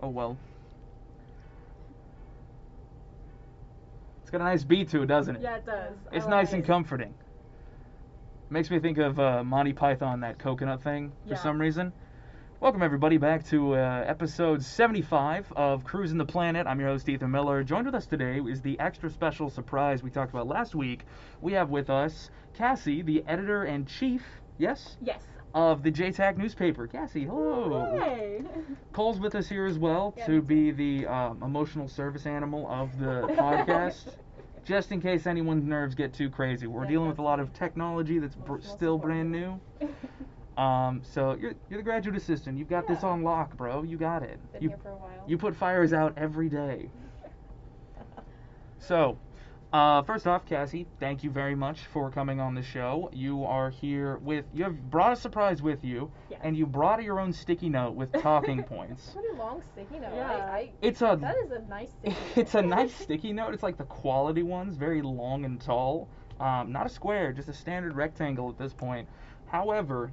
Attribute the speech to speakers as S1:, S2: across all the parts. S1: Oh well. It's got a nice beat to it, doesn't it?
S2: Yeah, it does. I
S1: It's nice
S2: like
S1: and
S2: it.
S1: comforting. Makes me think of uh, Monty Python, that coconut thing, for
S2: Yeah.
S1: some reason. Welcome, everybody, back to uh, episode 75 of Cruising the Planet. I'm your host, Ethan Miller. Joined with us today is the extra special surprise we talked about last week. We have with us Cassie, the editor and chief, yes,
S2: Yes.
S1: of the JTAC newspaper. Cassie, hello.
S2: Hey.
S1: Cole's with us here as well
S2: Yeah,
S1: to
S2: that's
S1: be the um, emotional service animal of the podcast just in case anyone's nerves get too crazy. We're
S2: Yeah,
S1: dealing with a lot of
S2: definitely.
S1: technology that's br-
S2: Emotional
S1: still
S2: support.
S1: brand new. Um, so you're, you're the graduate assistant. You've got this
S2: Yeah.
S1: on lock, bro. You got it.
S2: Been
S1: you
S2: here for a while.
S1: you put fires out every day. So, uh, first off, Cassie, thank you very much for coming on the show. You are here with you have brought a surprise with you,
S2: Yes.
S1: and you brought your own sticky note with talking points.
S3: Pretty long sticky note.
S2: Yeah.
S3: I,
S1: It's
S3: I,
S1: a
S3: that is a nice sticky note.
S1: it's a nice sticky note. It's like the quality ones, very long and tall. Um, not a square, just a standard rectangle at this point. However,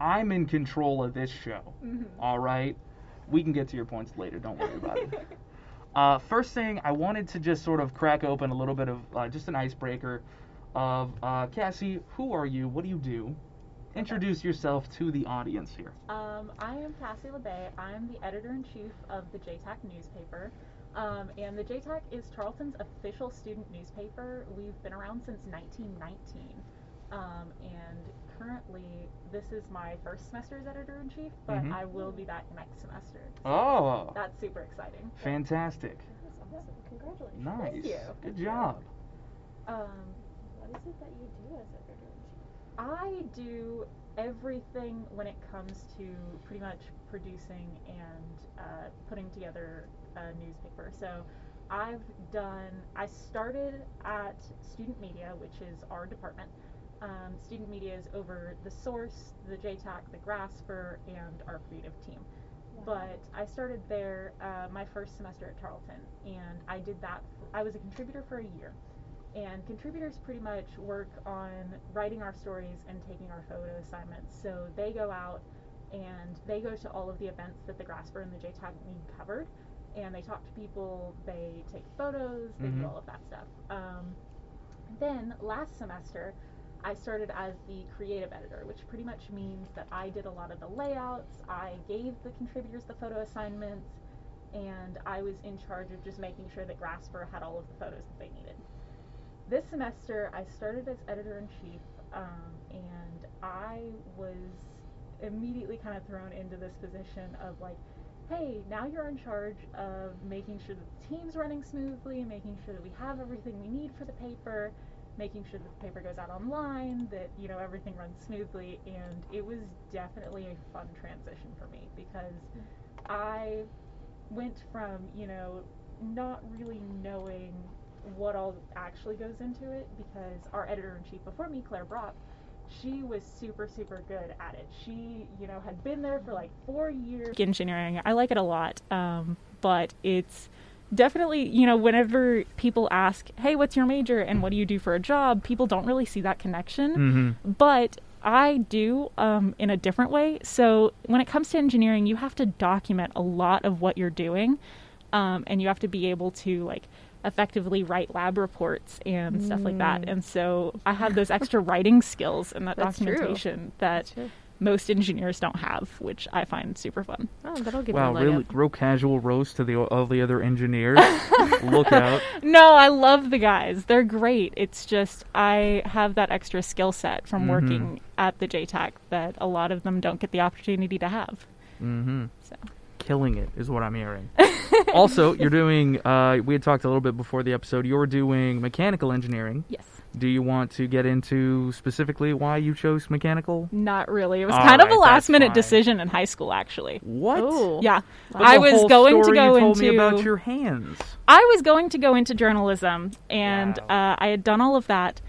S1: I'm in control of this show.
S2: Mhm.
S1: All right, we can get to your points later. Don't worry about it. Uh, first thing, I wanted to just sort of crack open a little bit of uh, just an icebreaker of uh, Cassie. Who are you? What do you do? Introduce yourself to the audience here.
S2: Um, I am Cassie LeBay. I'm the editor in chief of the JTAC newspaper. Um, and the JTAC is Charlton's official student newspaper. We've been around since 1919. Um, and currently, this is my first semester as editor in chief, but
S1: Mhm.
S2: I will be back next semester.
S1: Oh,
S2: That's super exciting.
S1: fantastic!
S3: That is awesome.
S1: Nice,
S3: Congratulations.
S2: you.
S1: good
S2: Thank you.
S1: job.
S2: Um,
S3: What is it that you do as editor in chief?
S2: I do everything when it comes to pretty much producing and uh, putting together a newspaper. So I've done, I started at student media, which is our department. Um, student media is over the source, the JTAC, the Grasper, and our creative team. But I started there uh, my first semester at Charlton, and I did that. For, I was a contributor for a year, and contributors pretty much work on writing our stories and taking our photo assignments. So they go out and they go to all of the events that the Grasper and the JTAG need covered, and they talk to people, they take photos, they
S1: Mhm.
S2: do all of that stuff. Um, then last semester, I started as the creative editor, which pretty much means that I did a lot of the layouts, I gave the contributors the photo assignments, and I was in charge of just making sure that Grasper had all of the photos that they needed. This semester, I started as editor in chief, um, and I was immediately kind of thrown into this position of like, hey, now you're in charge of making sure that the team's running smoothly, making sure that we have everything we need for the paper, making sure that the paper goes out online, that you know everything runs smoothly, and it was definitely a fun transition for me because I went from you know not really knowing what all actually goes into it because our editor in chief before me, Claire Brock, she was super super good at it. She you know had been there for like four years.
S4: engineering. I like it a lot, um, but it's definitely you know whenever people ask, "Hey, what's your major and what do you do for a job?" People don't really see that connection, but I do um, in a different way. So when it comes to engineering, you have to document a lot of what you're doing, um, and you have to be able to like effectively write lab reports and stuff like that. And so I have those extra writing skills and that
S5: Mm. That's true.
S4: documentation that
S5: Sure.
S4: most engineers don't have, which I find super fun.
S5: Oh, that'll give
S1: Wow,
S5: you a leg
S1: really,
S5: up.
S1: real casual roast to the all the other engineers. Look out!
S4: No, I love the guys. They're great. It's just I have that extra skill set from
S1: Mhm.
S4: working at the JTAC that a lot of them don't get the opportunity to have.
S1: Mm-hmm.
S4: So.
S1: Killing it is what I'm hearing. also, you're doing. Uh, we had talked a little bit before the episode. You're doing mechanical engineering.
S4: Yes.
S1: Do you want to get into specifically why you chose mechanical?
S4: Not really. It was
S1: All
S4: kind of a
S1: right,
S4: last
S1: Ah, that's
S4: minute
S1: fine.
S4: decision in high school actually.
S1: What?
S5: Oh.
S4: Yeah.
S1: But
S4: I
S1: the
S4: was
S1: whole
S4: going to
S1: story
S4: go
S1: you told
S4: into
S1: me about your hands.
S4: I was going to go into journalism, and
S1: Wow.
S4: uh, I had done all of that.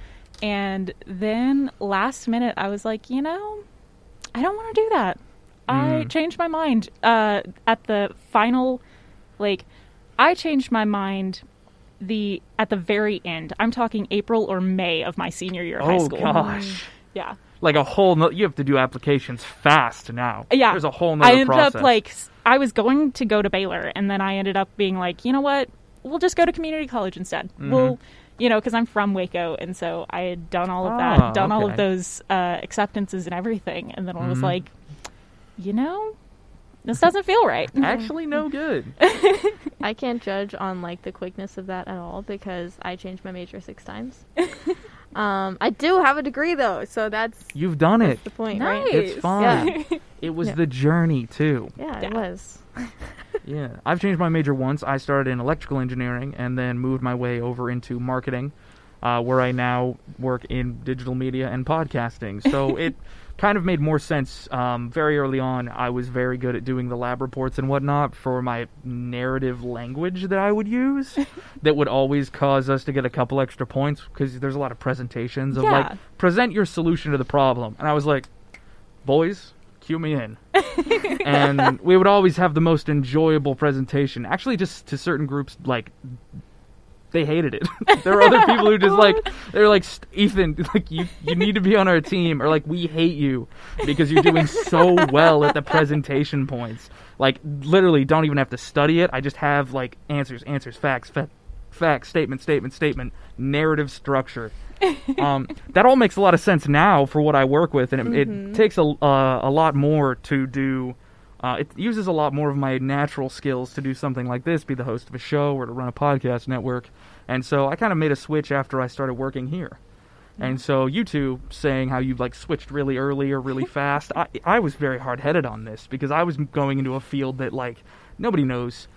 S4: And then last minute, I was like, you know, I don't want to do that. I
S1: Mm.
S4: changed my mind uh, at the final, like, I changed my mind the at the very end. I'm talking April or May of my senior year of high
S1: Oh
S4: school.
S1: gosh.
S4: Yeah,
S1: Like a whole, no- you have to do applications fast now.
S4: yeah.
S1: there's a whole.
S4: I
S1: nother
S4: ended
S1: process.
S4: up like s-
S2: I was going to go to Baylor, and then I ended up being like, you know what? We'll just go to community college instead.
S1: Mm-hmm.
S2: We'll, you know, because I'm from Waco, and so I had done all of
S1: Ah,
S2: that, done all
S1: okay.
S2: of those uh, acceptances and everything, and then I was
S1: Mhm.
S2: like, you know, this doesn't feel right.
S1: Actually, no good.
S5: I can't judge on like the quickness of that at all because I changed my major six times. um, I do have a degree though, so that's
S1: You've done it.
S5: the point,
S2: Nice.
S5: right?
S1: It's fine. It was
S5: Yeah.
S1: the journey too.
S5: Yeah,
S2: Yeah.
S5: it was.
S1: Yeah, I've changed my major once. I started in electrical engineering and then moved my way over into marketing, uh, where I now work in digital media and podcasting. So it kind of made more sense. Um, very early on, I was very good at doing the lab reports and whatnot for my narrative language that I would use that would always cause us to get a couple extra points because there's a lot of presentations of like,
S2: Yeah.
S1: present your solution to the problem. And I was like, boys, cue me in and we would always have the most enjoyable presentation. Actually, just to certain groups, like they hated it. there were other people who just like they're like "St- Ethan, like you you need to be on our team, or like we hate you because you're doing so well at the presentation points. Like literally, don't even have to study it. I just have like answers, answers, facts, fa- facts, statement, statement, statement, narrative structure um, that all makes a lot of sense now for what I work with, and it, it takes a uh, a lot more to do. Uh, it uses a lot more of my natural skills to do something like this, be the host of a show or to run a podcast network. And so I kind of made a switch after I started working here. And so you two saying how you like switched really early or really fast, I, I was very hard headed on this because I was going into a field that like nobody knows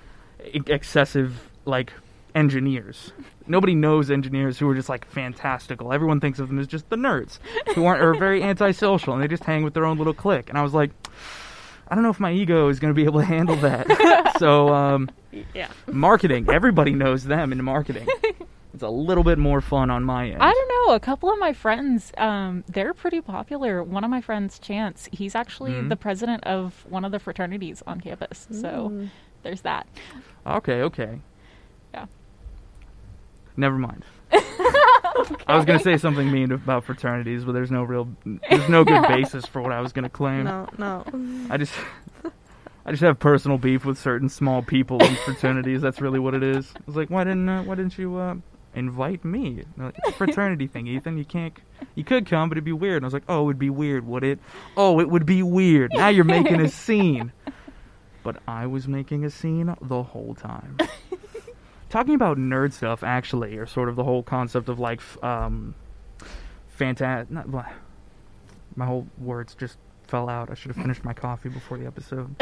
S1: e- excessive like engineers. Nobody knows engineers who are just like fantastical. Everyone thinks of them as just the nerds who aren't are very antisocial and they just hang with their own little clique. And I was like, I don't know if my ego is going to be able to handle that. so um,
S2: yeah.
S1: marketing, everybody knows them in marketing. It's a little bit more fun on my end.
S2: I don't know. A couple of my friends, um, they're pretty popular. One of my friends, Chance, he's actually
S1: Mhm.
S2: the president of one of the fraternities on campus. So there's that.
S1: Okay, okay.
S2: Yeah.
S1: Never mind. I was gonna say something mean about fraternities, but there's no real, there's no good basis for what I was gonna claim.
S5: No, no.
S1: I just, I just have personal beef with certain small people in fraternities. That's really what it is. I was like, why didn't, uh, why didn't you uh, invite me? And they're Like, it's a fraternity thing, Ethan. You can't, c- you could come, but it'd be weird. And I was like, oh, it would be weird, would it? Oh, it would be weird. Now you're making a scene. But I was making a scene the whole time. Talking about nerd stuff, actually, or sort of the whole concept of like, f- um, fantastic. My whole words just fell out. I should have finished my coffee before the episode.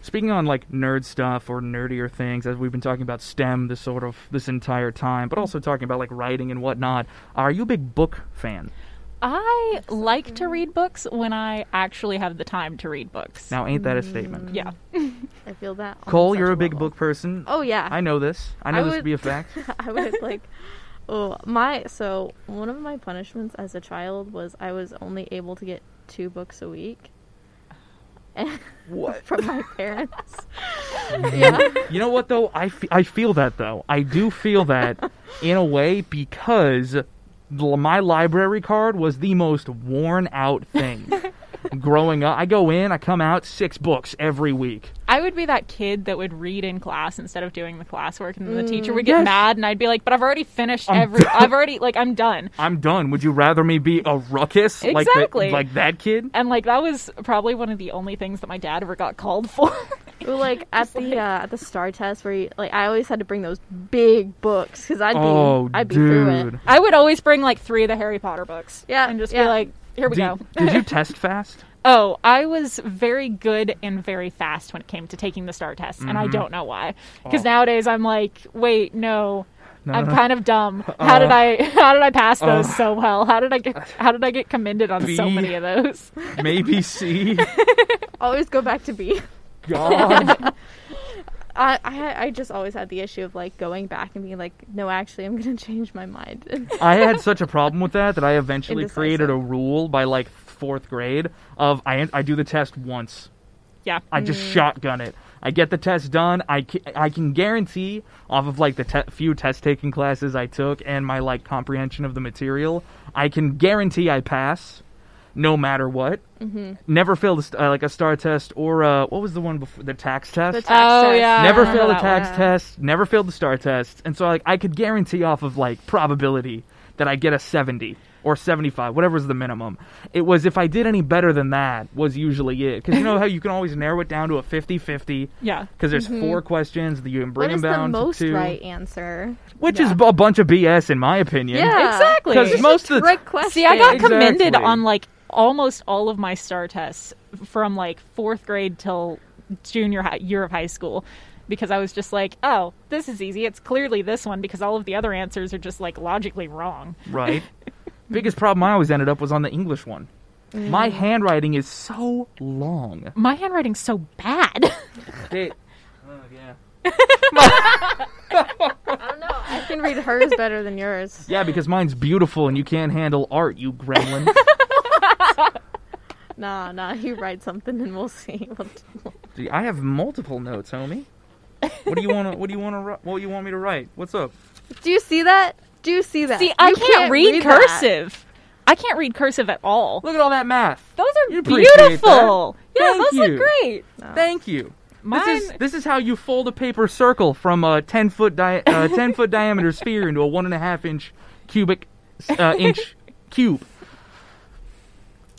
S1: Speaking on like nerd stuff or nerdier things, as we've been talking about STEM this sort of this entire time, but also talking about like writing and whatnot. Are you a big book fan?
S2: I like to read books when I actually have the time to read books.
S1: Now, ain't that a statement?
S2: yeah.
S5: I feel that. on
S1: Cole,
S5: such
S1: you're a big
S5: level.
S1: book person.
S5: Oh yeah.
S1: I know this. I know
S5: I
S1: this to
S5: would-
S1: be a fact.
S5: I was like, oh my! So one of my punishments as a child was I was only able to get two books a week.
S1: What?
S5: from my parents? yeah.
S1: You know what though? I, fe- I feel that though. I do feel that in a way because l- my library card was the most worn out thing. Growing up, I go in, I come out six books every week.
S2: I would be that kid that would read in class instead of doing the classwork, and then the teacher would get mad, and I'd be like, "But I've already finished
S1: Mm, I'm
S2: every.
S1: done."
S2: I've already like I'm done."
S1: I'm done. Would you rather me be a ruckus like the-
S2: Exactly.
S1: like that kid?
S2: And like that was probably one of the only things that my dad ever got called for.
S5: Well, like at the uh, at the star test where you, like I always had to bring those big books because I'd be
S1: oh,
S5: I'd be through it.
S1: dude.
S2: I would always bring like three of the Harry Potter books,
S5: Yeah,
S2: and just be
S5: yeah.
S2: like, "Here we
S1: Did-
S2: go."
S1: did you test fast?
S2: Oh, I was very good and very fast when it came to taking the star test, and I don't know why. Because
S1: Mm-hmm. Oh.
S2: nowadays I'm like, wait, no,
S1: No,
S2: I'm
S1: no, no.
S2: kind of dumb. How did
S1: Uh,
S2: I how did I pass those
S1: uh,
S2: so well? How did I get how did I get commended on so
S1: B.
S2: many of those?
S1: Maybe C.
S5: Always go back to B.
S1: God.
S5: I, I I just always had the issue of like going back and being like, no, actually, I'm gonna change my mind.
S1: I had such a problem with that that I eventually
S5: Indecisive.
S1: created a rule by like fourth grade of I I do the test once.
S2: Yeah. Oh,
S1: I just shotgun it. I get the test done. I can, I can guarantee off of like the te- few test taking classes I took and my like comprehension of the material, I can guarantee I pass. no matter what.
S5: Mm-hmm.
S1: Never failed a, st- uh, like a star test or uh, what was the one before the tax test?
S5: The tax
S2: Oh,
S5: test.
S2: yeah. I
S1: never
S2: remember
S1: failed a
S2: that
S1: tax
S5: one.
S1: test, never failed the star test, and so like I could guarantee off of like probability that I get a 70 or 75, whatever is the minimum. It was if I did any better than that was usually it because you know how you can always narrow it down to a 50-50
S2: Yeah.
S1: because there's four questions that you can bring
S5: Mm-hmm. what is
S1: them
S5: the
S1: down
S5: most
S1: to two,
S5: right answer?
S1: which is
S2: Yeah.
S1: a bunch of BS in my opinion.
S2: Exactly.
S1: Because most of the
S5: Trick question.
S2: See, I got
S1: Exactly.
S2: commended on like almost all of my star tests from like fourth grade till junior high, year of high school because I was just like, oh, this is easy. It's clearly this one because all of the other answers are just like logically wrong.
S1: Right. Biggest problem I always ended up was on the English one.
S5: Mm.
S1: My handwriting is so long.
S2: My handwriting's so bad.
S1: It, oh, yeah.
S3: I don't know.
S5: I can read hers better than yours.
S1: Yeah, because mine's beautiful and you can't handle art, you gremlin.
S5: Nah, nah. You write something and we'll see. We'll-
S1: Gee, I have multiple notes, homie. What do you want to what do you want to what you want me to write? What's up?
S5: Do you see that? Do you see that?
S2: See, I
S5: You
S2: can't, read,
S5: that.
S2: cursive. I can't read cursive at all.
S1: Look at all that math.
S2: Those are
S1: You appreciate that.
S2: beautiful. Yeah,
S1: Thank
S2: those
S1: you.
S2: look great.
S1: Thank you.
S2: Mine,
S1: This is this is how you fold a paper circle from a ten foot di- uh, ten foot diameter sphere into a one and a half inch cubic uh, inch cube.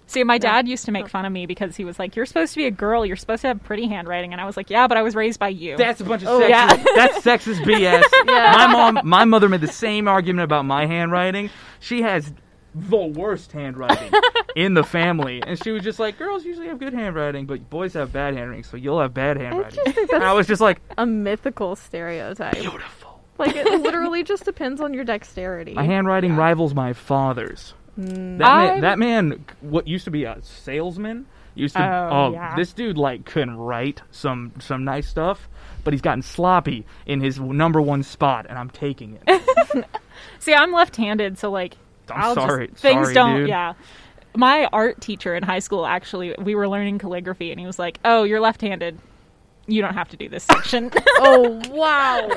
S2: See, my dad used to make fun of me because he was like, "You're supposed to be a girl. You're supposed to have pretty handwriting." And I was like, "Yeah, but I was raised by you."
S1: That's a bunch of
S2: Oh,
S1: sexist.
S2: yeah.
S1: That's sexist BS. My mom, my mother made the same argument about my handwriting. She has the worst handwriting in the family, and she was just like, "Girls usually have good handwriting, but boys have bad handwriting, so you'll have bad handwriting." And I was just like,
S5: A mythical stereotype.
S1: "Beautiful."
S5: Like it literally just depends on your dexterity.
S1: My handwriting rivals my father's. That
S2: I'm-
S1: man, that man, what used to be a salesman, used to.
S2: Oh,
S1: Oh,
S2: yeah.
S1: this dude like couldn't write some some nice stuff, but he's gotten sloppy in his number one spot, and I'm taking it.
S2: See, I'm left-handed, so like,
S1: I'm
S2: will
S1: sorry-
S2: Just, things
S1: sorry,
S2: don't.
S1: dude.
S2: Yeah. My art teacher in high school actually, we were learning calligraphy, and he was like, "Oh, you're left-handed. You don't have to do this section."
S5: oh wow.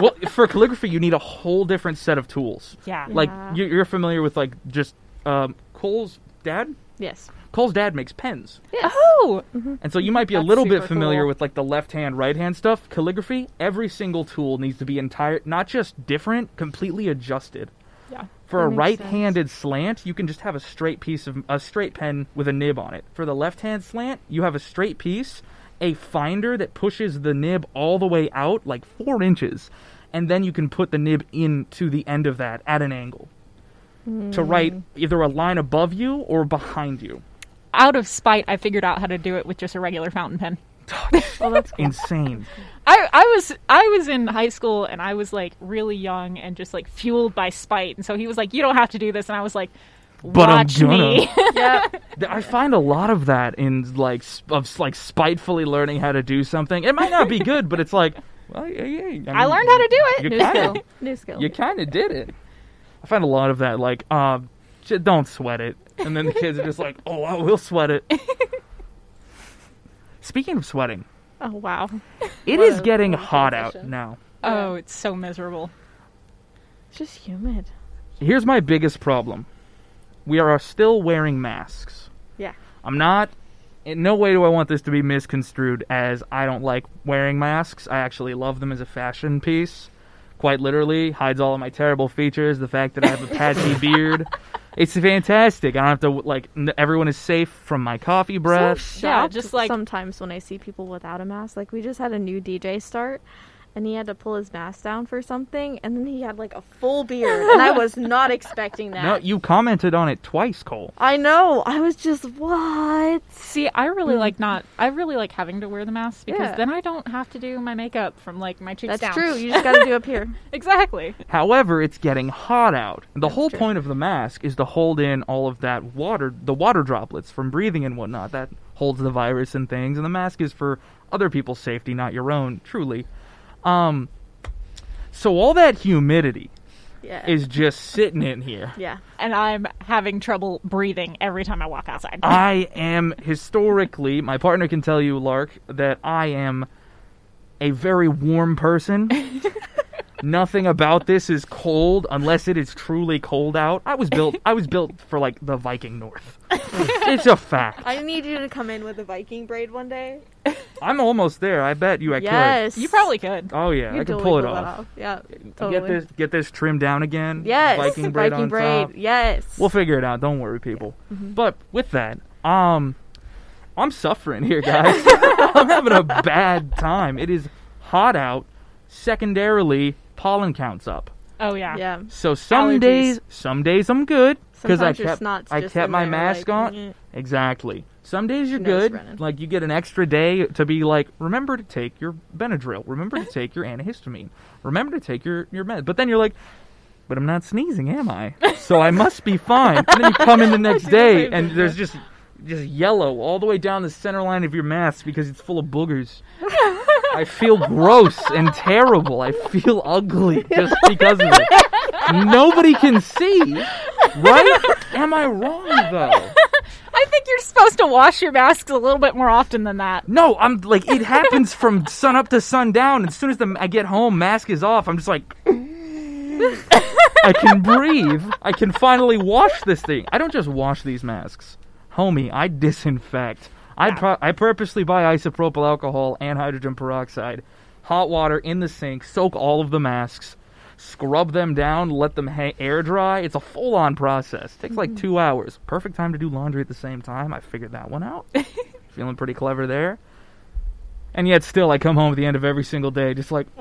S1: well, for calligraphy, you need a whole different set of tools.
S2: yeah.
S1: Like
S5: Yeah.
S1: you- you're familiar with, like just um, Cole's dad.
S5: yes.
S1: Cole's dad makes pens,
S5: Yes.
S2: Oh,
S1: and so you might be a
S2: That's
S1: little bit
S2: super
S1: familiar
S2: cool.
S1: with like the left hand, right hand stuff. Calligraphy, every single tool needs to be entire, not just different, completely adjusted.
S2: yeah.
S1: For
S5: That
S1: a
S5: makes
S1: right-handed slant, you can just have a straight piece of a straight pen with a nib on it. For the left-hand slant, you have a straight piece, a finder that pushes the nib all the way out, like four inches, and then you can put the nib into the end of that at an angle
S2: Hmm.
S1: to write either a line above you or behind you.
S2: Out of spite, I figured out how to do it with just a regular fountain pen. Oh,
S5: Well, that's
S1: Insane.
S2: I, I was I was in high school and I was like really young and just like fueled by spite. And so he was like, "You don't have to do this," and I was like,
S1: But I'm
S2: "Watch me."
S5: yeah.
S1: Th- I find a lot of that in like s- of s- like spitefully learning how to do something. It might not be good, but it's like, well, yeah, yeah. I,
S2: I
S1: mean,
S2: learned how to do it.
S1: you
S5: New
S1: kinda-
S5: skill. New skill.
S1: you kind of did it. I find a lot of that, like, uh, j- don't sweat it. And then the kids are just like, oh, I will sweat it. Speaking of sweating,
S5: Oh wow.
S1: it
S5: What
S1: is
S5: a-
S1: getting
S3: what a
S1: hot out
S3: transition.
S1: now.
S2: Oh, it's so miserable.
S5: It's just humid.
S1: Here's my biggest problem we are still wearing masks.
S5: Yeah.
S1: I'm not. In no way do I want this to be misconstrued as I don't like wearing masks. I actually love them as a fashion piece. Quite literally, hides all of my terrible features. The fact that I have a patchy beard, it's fantastic. I don't have to like. N- everyone is safe from my coffee breath.
S2: Yeah,
S5: shocked
S2: just like-
S5: sometimes when I see people without a mask. Like we just had a new DJ start, and he had to pull his mask down for something, and then he had like a full beard, and I was not expecting that.
S1: no, you commented on it twice, Cole.
S5: I know. I was just what?
S2: See, I really like not. I really like having to wear the mask because
S5: Mm. Yeah.
S2: then I don't have to do my makeup from like my cheeks
S5: That's
S2: down.
S5: true. You just got to do up here.
S2: exactly.
S1: However, it's getting hot out. The whole
S5: true.
S1: point of the mask is to hold in all of that water, the water droplets from breathing and whatnot. That holds the virus and things. And the mask is for other people's safety, not your own, truly. Um, so all that humidity
S5: Yeah.
S1: is just sitting in here.
S5: yeah.
S2: And I'm having trouble breathing every time I walk outside.
S5: Ah.
S1: I am historically, my partner can tell you, Lark, that I am a very warm person. Nothing about this is cold unless it is truly cold out. I was built I was built for like the Viking North. it's a fact.
S5: I need you to come in with a Viking braid one day.
S1: I'm almost there. I bet you I could.
S5: yes.
S2: You probably could.
S1: Oh yeah,
S5: You
S1: I can
S5: totally
S1: pull it off.
S5: Yeah.
S1: Get
S5: Totally.
S1: this get this trimmed down again.
S5: Yes.
S1: Viking braid on top.
S5: Yes.
S1: We'll figure it out. Don't worry, people. But with that, um, I'm suffering here, guys. I'm having a bad time. It is hot out. Secondarily, pollen counts up.
S2: Oh yeah.
S5: yeah.
S1: So some
S2: Allergies.
S1: days, some days I'm good because I
S5: Sometimes your
S1: kept
S5: snot's
S1: I
S5: just
S1: kept
S5: in
S1: my
S5: there,
S1: mask
S5: like,
S1: on.
S5: mm.
S1: Exactly. Some days you're
S5: Nose
S1: good.
S5: running.
S1: Like you get an extra day to be like, remember to take your Benadryl. Remember to take your antihistamine. Remember to take your your meds. But then you're like, but I'm not sneezing, am I? So I must be fine. And then you come in the next
S2: do the
S1: day
S2: same
S1: and
S2: thing,
S1: there's just just yellow all the way down the center line of your mask because it's full of boogers. I feel gross and terrible. I feel ugly just because of it. Nobody can see, right? Am I wrong though?
S2: I think you're supposed to wash your masks a little bit more often than that.
S1: No, I'm like it happens from sun up to sundown. As soon as the, I get home, mask is off. I'm just like, I can breathe. I can finally wash this thing. I don't just wash these masks, homie. I disinfect. I pro- I purposely buy isopropyl alcohol and hydrogen peroxide, hot water in the sink. Soak all of the masks, scrub them down, let them ha- air dry. It's a full on process. takes like two hours. Perfect time to do laundry at the same time. I figured that one out. Feeling pretty clever there. And yet, still, I come home at the end of every single day, just like,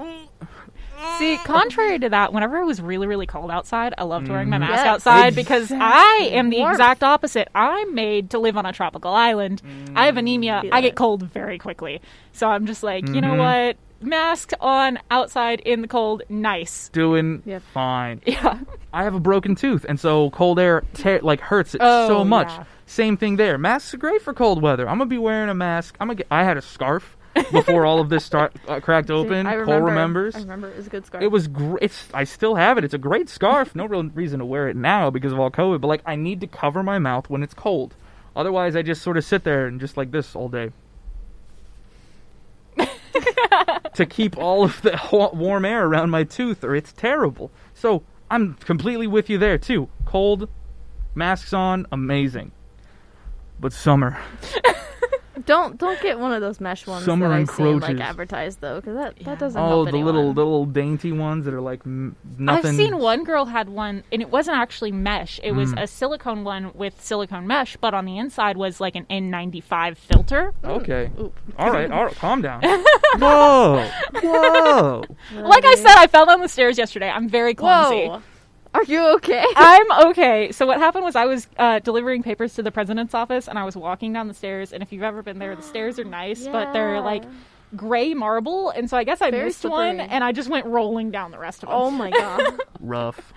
S2: See, contrary to that, whenever it was really, really cold outside, I loved wearing my
S1: Mm-hmm.
S2: mask
S5: Yes.
S2: outside because I am the
S5: Warmth.
S2: exact opposite. I'm made to live on a tropical island. I have anemia.
S1: Mm.
S5: Feel
S2: I get
S5: it.
S2: cold very quickly. So I'm just like, you know
S1: Mhm.
S2: what? Mask on outside in the cold. Nice.
S1: doing
S5: Yep.
S1: fine.
S2: Yeah.
S1: I have a broken tooth, and so cold air te- like hurts it
S2: Oh,
S1: so much.
S2: yeah.
S1: Same thing there. Masks are great for cold weather. I'm gonna be wearing a mask. I'm gonna. Get, I had a scarf before all of this start uh, cracked open.
S5: I
S1: Cole
S5: remember,
S1: remembers.
S5: I remember. It was a good scarf.
S1: It was great. I still have it. It's a great scarf. No real reason to wear it now because of all COVID. But like, I need to cover my mouth when it's cold. Otherwise, I just sort of sit there and just like this all day. to keep all of the wa- warm air around my tooth, or it's terrible. So I'm completely with you there too. Cold, masks on, amazing. But summer,
S5: Don't don't get one of those mesh ones
S1: Summer
S5: that I've seen
S1: encroaches.
S5: like advertised though, because that,
S2: Yeah.
S5: that doesn't
S1: oh,
S5: help
S1: the
S5: anyone.
S1: little little dainty ones that are like m- nothing.
S2: I've seen one girl had one, and it wasn't actually mesh. It was
S1: Mm.
S2: a silicone one with silicone mesh, but on the inside was like an N95 filter.
S1: Okay.
S5: Oop.
S1: All right, all right, calm down. Whoa, whoa.
S2: Like I said, I fell down the stairs yesterday. I'm very clumsy.
S5: Whoa. Are you okay?
S2: I'm okay. So what happened was I was uh, delivering papers to the president's office, and I was walking down the stairs. And if you've ever been there, the stairs are nice, but they're
S5: Yeah.
S2: like gray marble. And so I guess I
S5: Very
S2: missed one,
S5: slippery.
S2: and I just went rolling down the rest of them.
S5: Oh my god.
S1: Rough.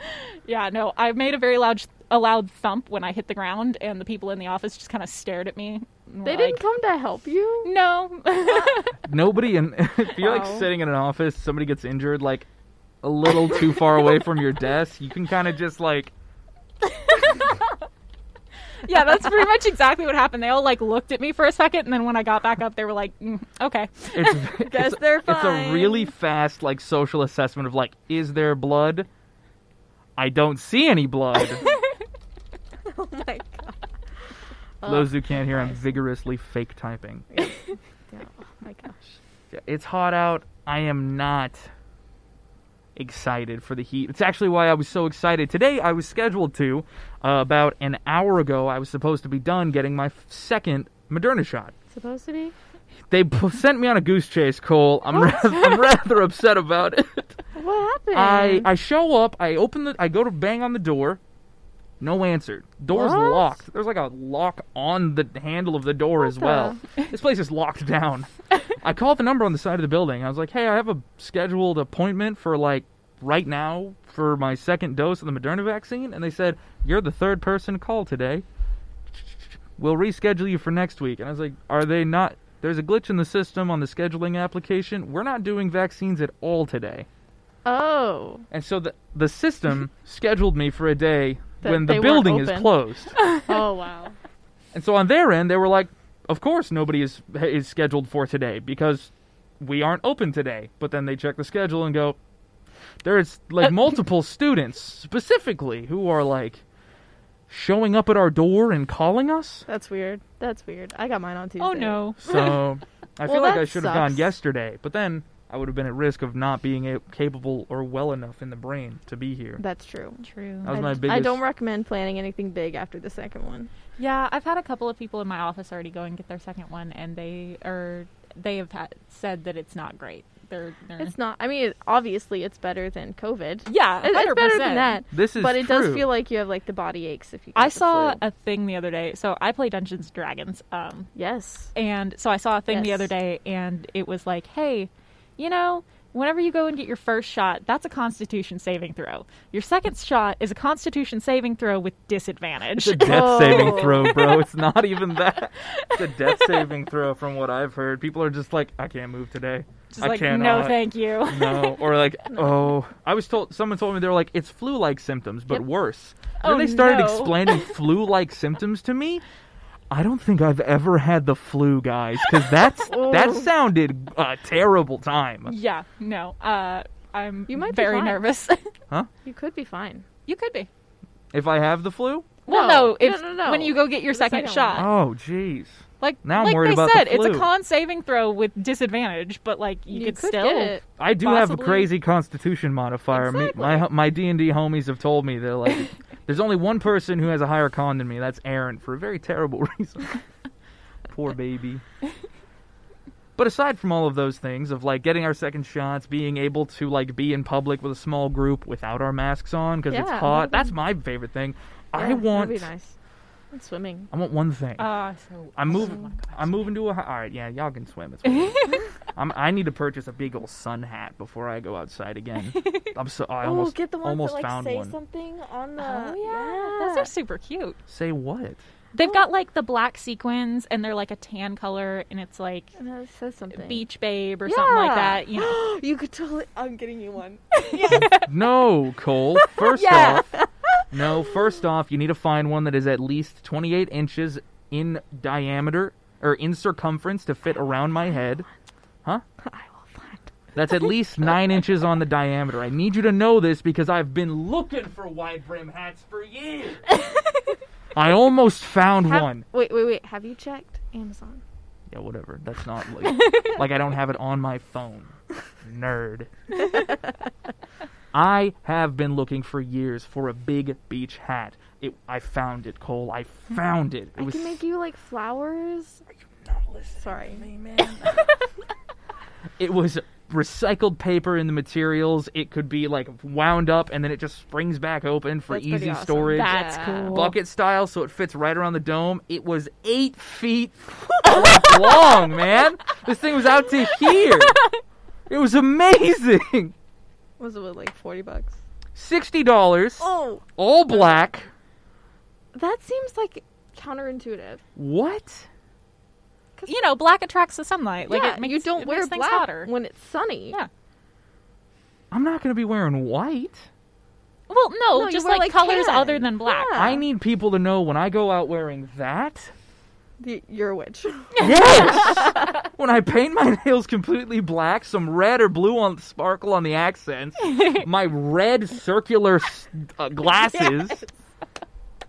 S2: Yeah, no, I made a very loud, a loud thump when I hit the ground, and the people in the office just kind of stared at me. and were
S5: they
S2: like,
S5: didn't come to help you.
S2: No.
S1: Nobody in. If you're like
S5: Wow.
S1: sitting in an office, somebody gets injured, like a little too far away from your desk. You can kind of just like.
S2: yeah, that's pretty much exactly what happened. They all like looked at me for a second, and then when I got back up, they were like, mm, "Okay."
S1: It's,
S5: Guess
S1: it's,
S5: they're
S1: It's a
S5: fine.
S1: really fast like social assessment of like, is there blood? I don't see any blood.
S5: Oh my god. Oh.
S1: Those who can't hear, I'm vigorously fake typing.
S5: Yeah. Oh my gosh.
S1: Yeah, It's hot out. I am not excited for the heat. It's actually why I was so excited. Today I was scheduled to, uh, about an hour ago, I was supposed to be done getting my f- second Moderna shot.
S5: Supposed to be?
S1: They p- sent me on a goose chase, Cole. I'm, rather, I'm rather upset about it.
S5: What happened?
S1: I, I show up, I open the, I go to bang on the door. No answer. Door's
S5: What?
S1: locked. There's like a lock on the handle of the door as
S5: the-
S1: well. This place is locked down. I called the number on the side of the building. I was like, hey, I have a scheduled appointment for like right now for my second dose of the Moderna vaccine. And they said, you're the third person to call today. We'll reschedule you for next week. And I was like, are they not? There's a glitch in the system on the scheduling application. We're not doing vaccines at all today.
S5: Oh.
S1: And so the the system scheduled me for a day
S5: That
S1: when the
S5: they weren't
S1: building is
S5: open.
S1: closed.
S5: Oh wow.
S1: and so on their end, they were like, "Of course, nobody is is scheduled for today because we aren't open today." But then they check the schedule and go, There's
S5: Uh,
S1: like multiple students specifically who are like showing up at our door and calling us.
S5: That's weird. That's weird. I got mine on Tuesday.
S2: Oh no.
S1: So I feel
S5: Well,
S1: like
S5: that
S1: I should have gone
S5: sucks.
S1: yesterday, but then I would have been at risk of not being a- capable or well enough in the brain to be here.
S5: That's true.
S2: True.
S1: That was
S5: I,
S1: my
S5: I
S1: biggest.
S5: don't recommend planning anything big after the second one.
S2: Yeah, I've had a couple of people in my office already go and get their second one, and they are they have had, said that it's not great. They're, they're
S5: It's not. I mean, it, obviously, it's better than COVID.
S2: yeah,
S5: It- it's better
S2: 100%.
S5: than that.
S1: This is
S5: But it
S1: true.
S5: does feel like you have like the body aches if you.
S2: I
S5: get the
S2: saw
S5: flu.
S2: a thing the other day. So I play Dungeons and Dragons, um,
S5: yes.
S2: and so I saw a thing the
S5: Yes.
S2: other day, and it was like, hey, you know. Whenever you go and get your first shot, that's a Constitution saving throw. Your second shot is a Constitution saving throw with disadvantage.
S1: It's a death saving
S5: Oh.
S1: throw, bro. It's not even that. It's a death saving throw, from what I've heard. People are just like, I can't move today.
S2: Just
S1: I
S2: like,
S1: cannot.
S2: no, thank you.
S1: No, or like, oh, I was told. Someone told me they were like, it's flu-like symptoms, but
S5: Yep.
S1: worse. And
S2: Oh,
S1: then they started
S2: no.
S1: explaining flu-like symptoms to me. I don't think I've ever had the flu, guys, because that's
S2: Oh.
S1: that sounded a terrible time.
S2: Yeah, no. Uh, I'm
S5: You might be
S2: very
S5: fine.
S2: nervous.
S5: You could be fine.
S2: you could be.
S1: If I have the flu,
S2: Well,
S5: No.
S2: no, if
S5: No, no, no.
S2: when you go get your
S5: The
S2: second,
S5: second one.
S2: shot,
S1: oh, jeez.
S2: like
S1: Now I'm
S2: like
S1: worried
S2: they
S1: about the
S2: said, it's
S1: flu.
S2: a con saving throw with disadvantage, but like you, could, still.
S5: get it.
S1: I do have a
S2: Possibly.
S1: crazy constitution modifier. Me- My my D and D homies have told me they're like, there's only one person who has a higher con than me. That's Aaron for a very terrible reason. Poor baby. But aside from all of those things of like getting our second shots, being able to like be in public with a small group without our masks on because
S5: Yeah,
S1: it's
S5: that'd
S1: hot.
S5: be-
S1: That's my favorite thing.
S5: Yeah,
S1: I want
S5: That'd be nice. And swimming.
S1: I want one thing.
S2: Uh, so
S1: I'm
S2: Oh my
S1: moving.
S2: God.
S1: I'm moving to a. hi- All right, yeah, y'all can swim. It's fine. I'm, I need to purchase a big old sun hat before I go outside again. I'm so. I
S5: Oh,
S1: almost
S5: get the ones
S1: almost
S5: that like
S1: found
S5: say
S1: one.
S5: something on the.
S2: Oh yeah. those are super cute.
S1: Say what?
S2: They've got like the black sequins, and they're like a tan color, and it's like
S5: And that says something.
S2: beach babe or something like
S5: Yeah.
S2: that. You know,
S5: you could totally. I'm getting you one.
S1: No, Cole. First
S2: Yeah.
S1: off, no. First off, you need to find one that is at least 28 inches in diameter or in circumference to fit around my head.
S5: I will find.
S1: That's at least nine inches on the diameter. I need you to know this because I've been looking for wide brim hats for years. I almost found
S5: Have-
S1: one.
S5: Wait, wait, wait. Have you checked Amazon?
S1: Yeah, whatever. That's not like, like I don't have it on my phone. Nerd. I have been looking for years for a big beach hat. It, I found it, Cole. I found it. It
S5: I
S1: was
S5: can make you like flowers. Sorry.
S1: it was recycled paper in the materials. It could be like wound up and then it just springs back open for
S5: That's pretty
S1: easy
S5: awesome.
S1: storage.
S2: that's
S5: Yeah.
S2: cool.
S1: bucket style, so it fits right around the dome. It was eight feet fucking long, man. This thing was out to here. It was amazing.
S5: Was it with like forty bucks?
S1: Sixty dollars,
S5: Oh,
S1: all black.
S5: that seems like counterintuitive.
S1: What?
S2: You know, black attracts the sunlight. Like
S5: yeah,
S2: it makes,
S5: you don't
S2: it
S5: wear
S2: makes things
S5: black
S2: hotter.
S5: when it's sunny.
S2: Yeah.
S1: I'm not gonna be wearing white.
S2: Well, no,
S5: No, you
S2: just
S5: wear,
S2: like,
S5: like,
S2: colors
S5: tan.
S2: other than black.
S5: Yeah.
S1: I need people to know when I go out wearing that.
S5: Y- You're a witch.
S1: Yes. when I paint my nails completely black, some red or blue on sparkle on the accents, my red circular s- uh, glasses,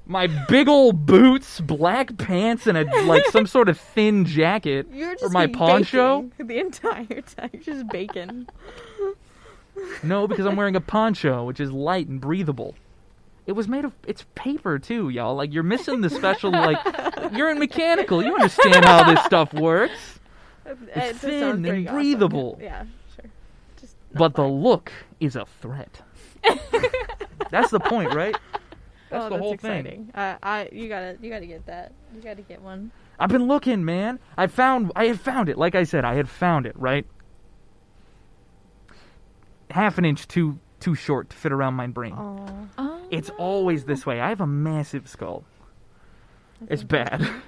S1: my big old boots, black pants, and a like some sort of thin jacket,
S5: You're just
S1: or my poncho.
S5: baking the entire time. You're just bacon.
S1: No, because I'm wearing a poncho, which is light and breathable. It was made of it's paper too, y'all. Like you're missing the special like you're in mechanical. You understand how this stuff works.
S5: It's
S1: thin and breathable.
S5: Yeah, sure. Just not
S1: But the
S5: black.
S1: look is a threat. that's the point, right? That's
S5: oh,
S1: the whole
S5: that's
S1: thing.
S5: exciting. Uh, I you gotta you gotta get that. You gotta get one.
S1: I've been looking, man. I found I had found it. Like I said, I had found it, right? Half an inch too too short to fit around my brain.
S5: Oh,
S2: Oh.
S1: It's always this way. I have a massive skull. It's bad.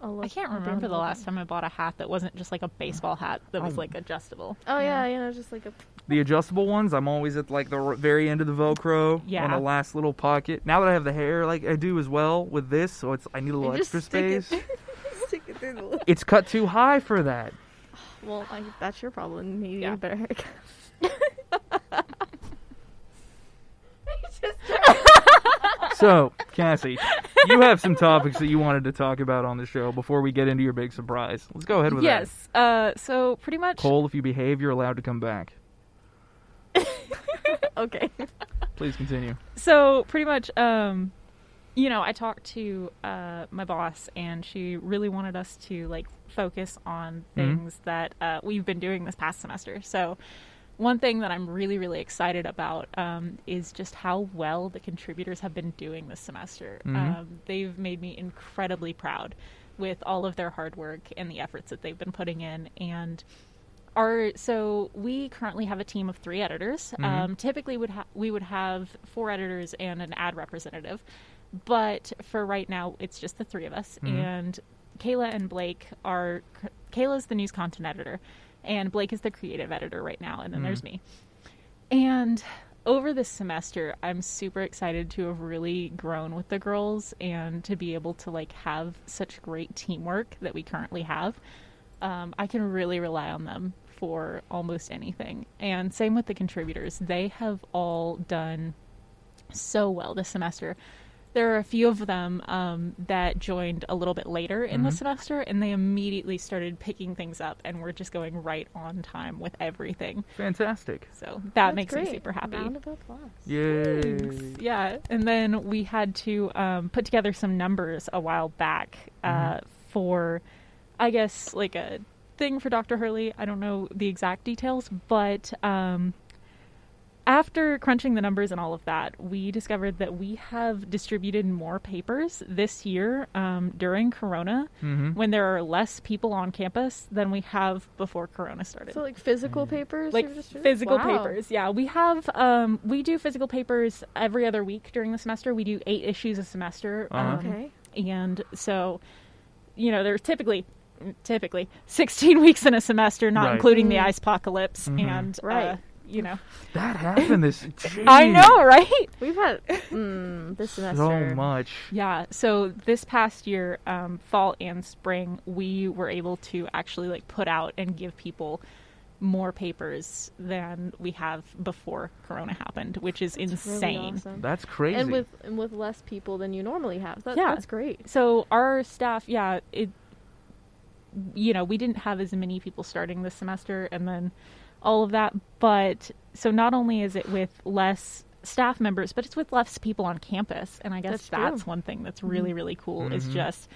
S2: I can't remember the last time I bought a hat that wasn't just like a baseball hat that was
S1: Oh.
S2: like adjustable.
S5: Oh yeah, you know, just like a
S1: The adjustable ones, I'm always at like the r- very end of the Velcro
S2: Yeah.
S1: on the last little pocket. Now that I have the hair like I do as well with this, so it's I need a little
S5: just
S1: extra
S5: stick it-
S1: space.
S5: stick it through the loop.
S1: It's cut too high for that.
S5: Well, I, that's your problem. You need
S2: Yeah.
S5: a better haircut.
S3: sister.
S1: So, Cassie, you have some topics that you wanted to talk about on the show before we get into your big surprise. Let's go ahead with that.
S2: yes. Uh, so pretty much.
S1: Cole, if you behave, you're allowed to come back.
S5: okay.
S1: Please continue.
S2: so pretty much um you know i talked to uh my boss and she really wanted us to like focus on
S1: Mm-hmm.
S2: things that uh, we've been doing this past semester so one thing that i'm really really excited about um, is just how well the contributors have been doing this semester
S1: Mhm.
S2: um, they've made me incredibly proud with all of their hard work and the efforts that they've been putting in and are so we currently have a team of three editors. Um, typically, would ha- we would have four editors and an ad representative, but for right now, it's just the three of us. And Kayla and Blake are Kayla's the news content editor, and Blake is the creative editor right now, and then there's me. And over this semester, I'm super excited to have really grown with the girls and to be able to like have such great teamwork that we currently have. Um, I can really rely on them for almost anything. And same with the contributors. They have all done so well this semester. There are a few of them um, that joined a little bit later in the semester, and they immediately started picking things up, and we're just going right on time with everything.
S1: Fantastic.
S2: So that makes me super happy.
S3: Round of applause.
S1: Yay.
S2: Yeah, and then we had to um, put together some numbers a while back uh, for, I guess, like a thing for Dr. Hurley. I don't know the exact details, but um, after crunching the numbers and all of that, we discovered that we have distributed more papers this year um, during Corona
S1: Mhm.
S2: when there are less people on campus than we have before Corona started
S5: So like physical
S1: Mm-hmm.
S5: papers,
S2: like
S5: you're just-
S2: physical
S5: Wow.
S2: papers yeah we have um we do physical papers every other week during the semester we do eight issues a semester
S1: Uh-huh.
S2: um,
S5: Okay.
S2: and so you know there's typically typically 16 weeks in a semester not
S1: Right. Mm-hmm.
S2: including the ice apocalypse and uh,
S5: Right.
S2: you know
S1: That happened this. Jeez,
S2: i
S1: Mm.
S2: know right
S5: We've had mm, this semester.
S1: So much.
S2: Yeah. So this past year, um, fall and spring, we were able to actually like put out and give people more papers than we have before Corona happened, which is
S5: Really
S2: insane.
S5: awesome.
S1: That's crazy.
S5: And with and with less people than you normally have. That,
S2: Yeah.
S5: That's great.
S2: So our staff, yeah, it, you know, we didn't have as many people starting this semester, and then all of that. But so not only is it with less staff members, but it's with less people on campus, and I guess
S5: That's
S2: that's,
S5: true. Mm-hmm.
S2: one thing that's really really cool. Is just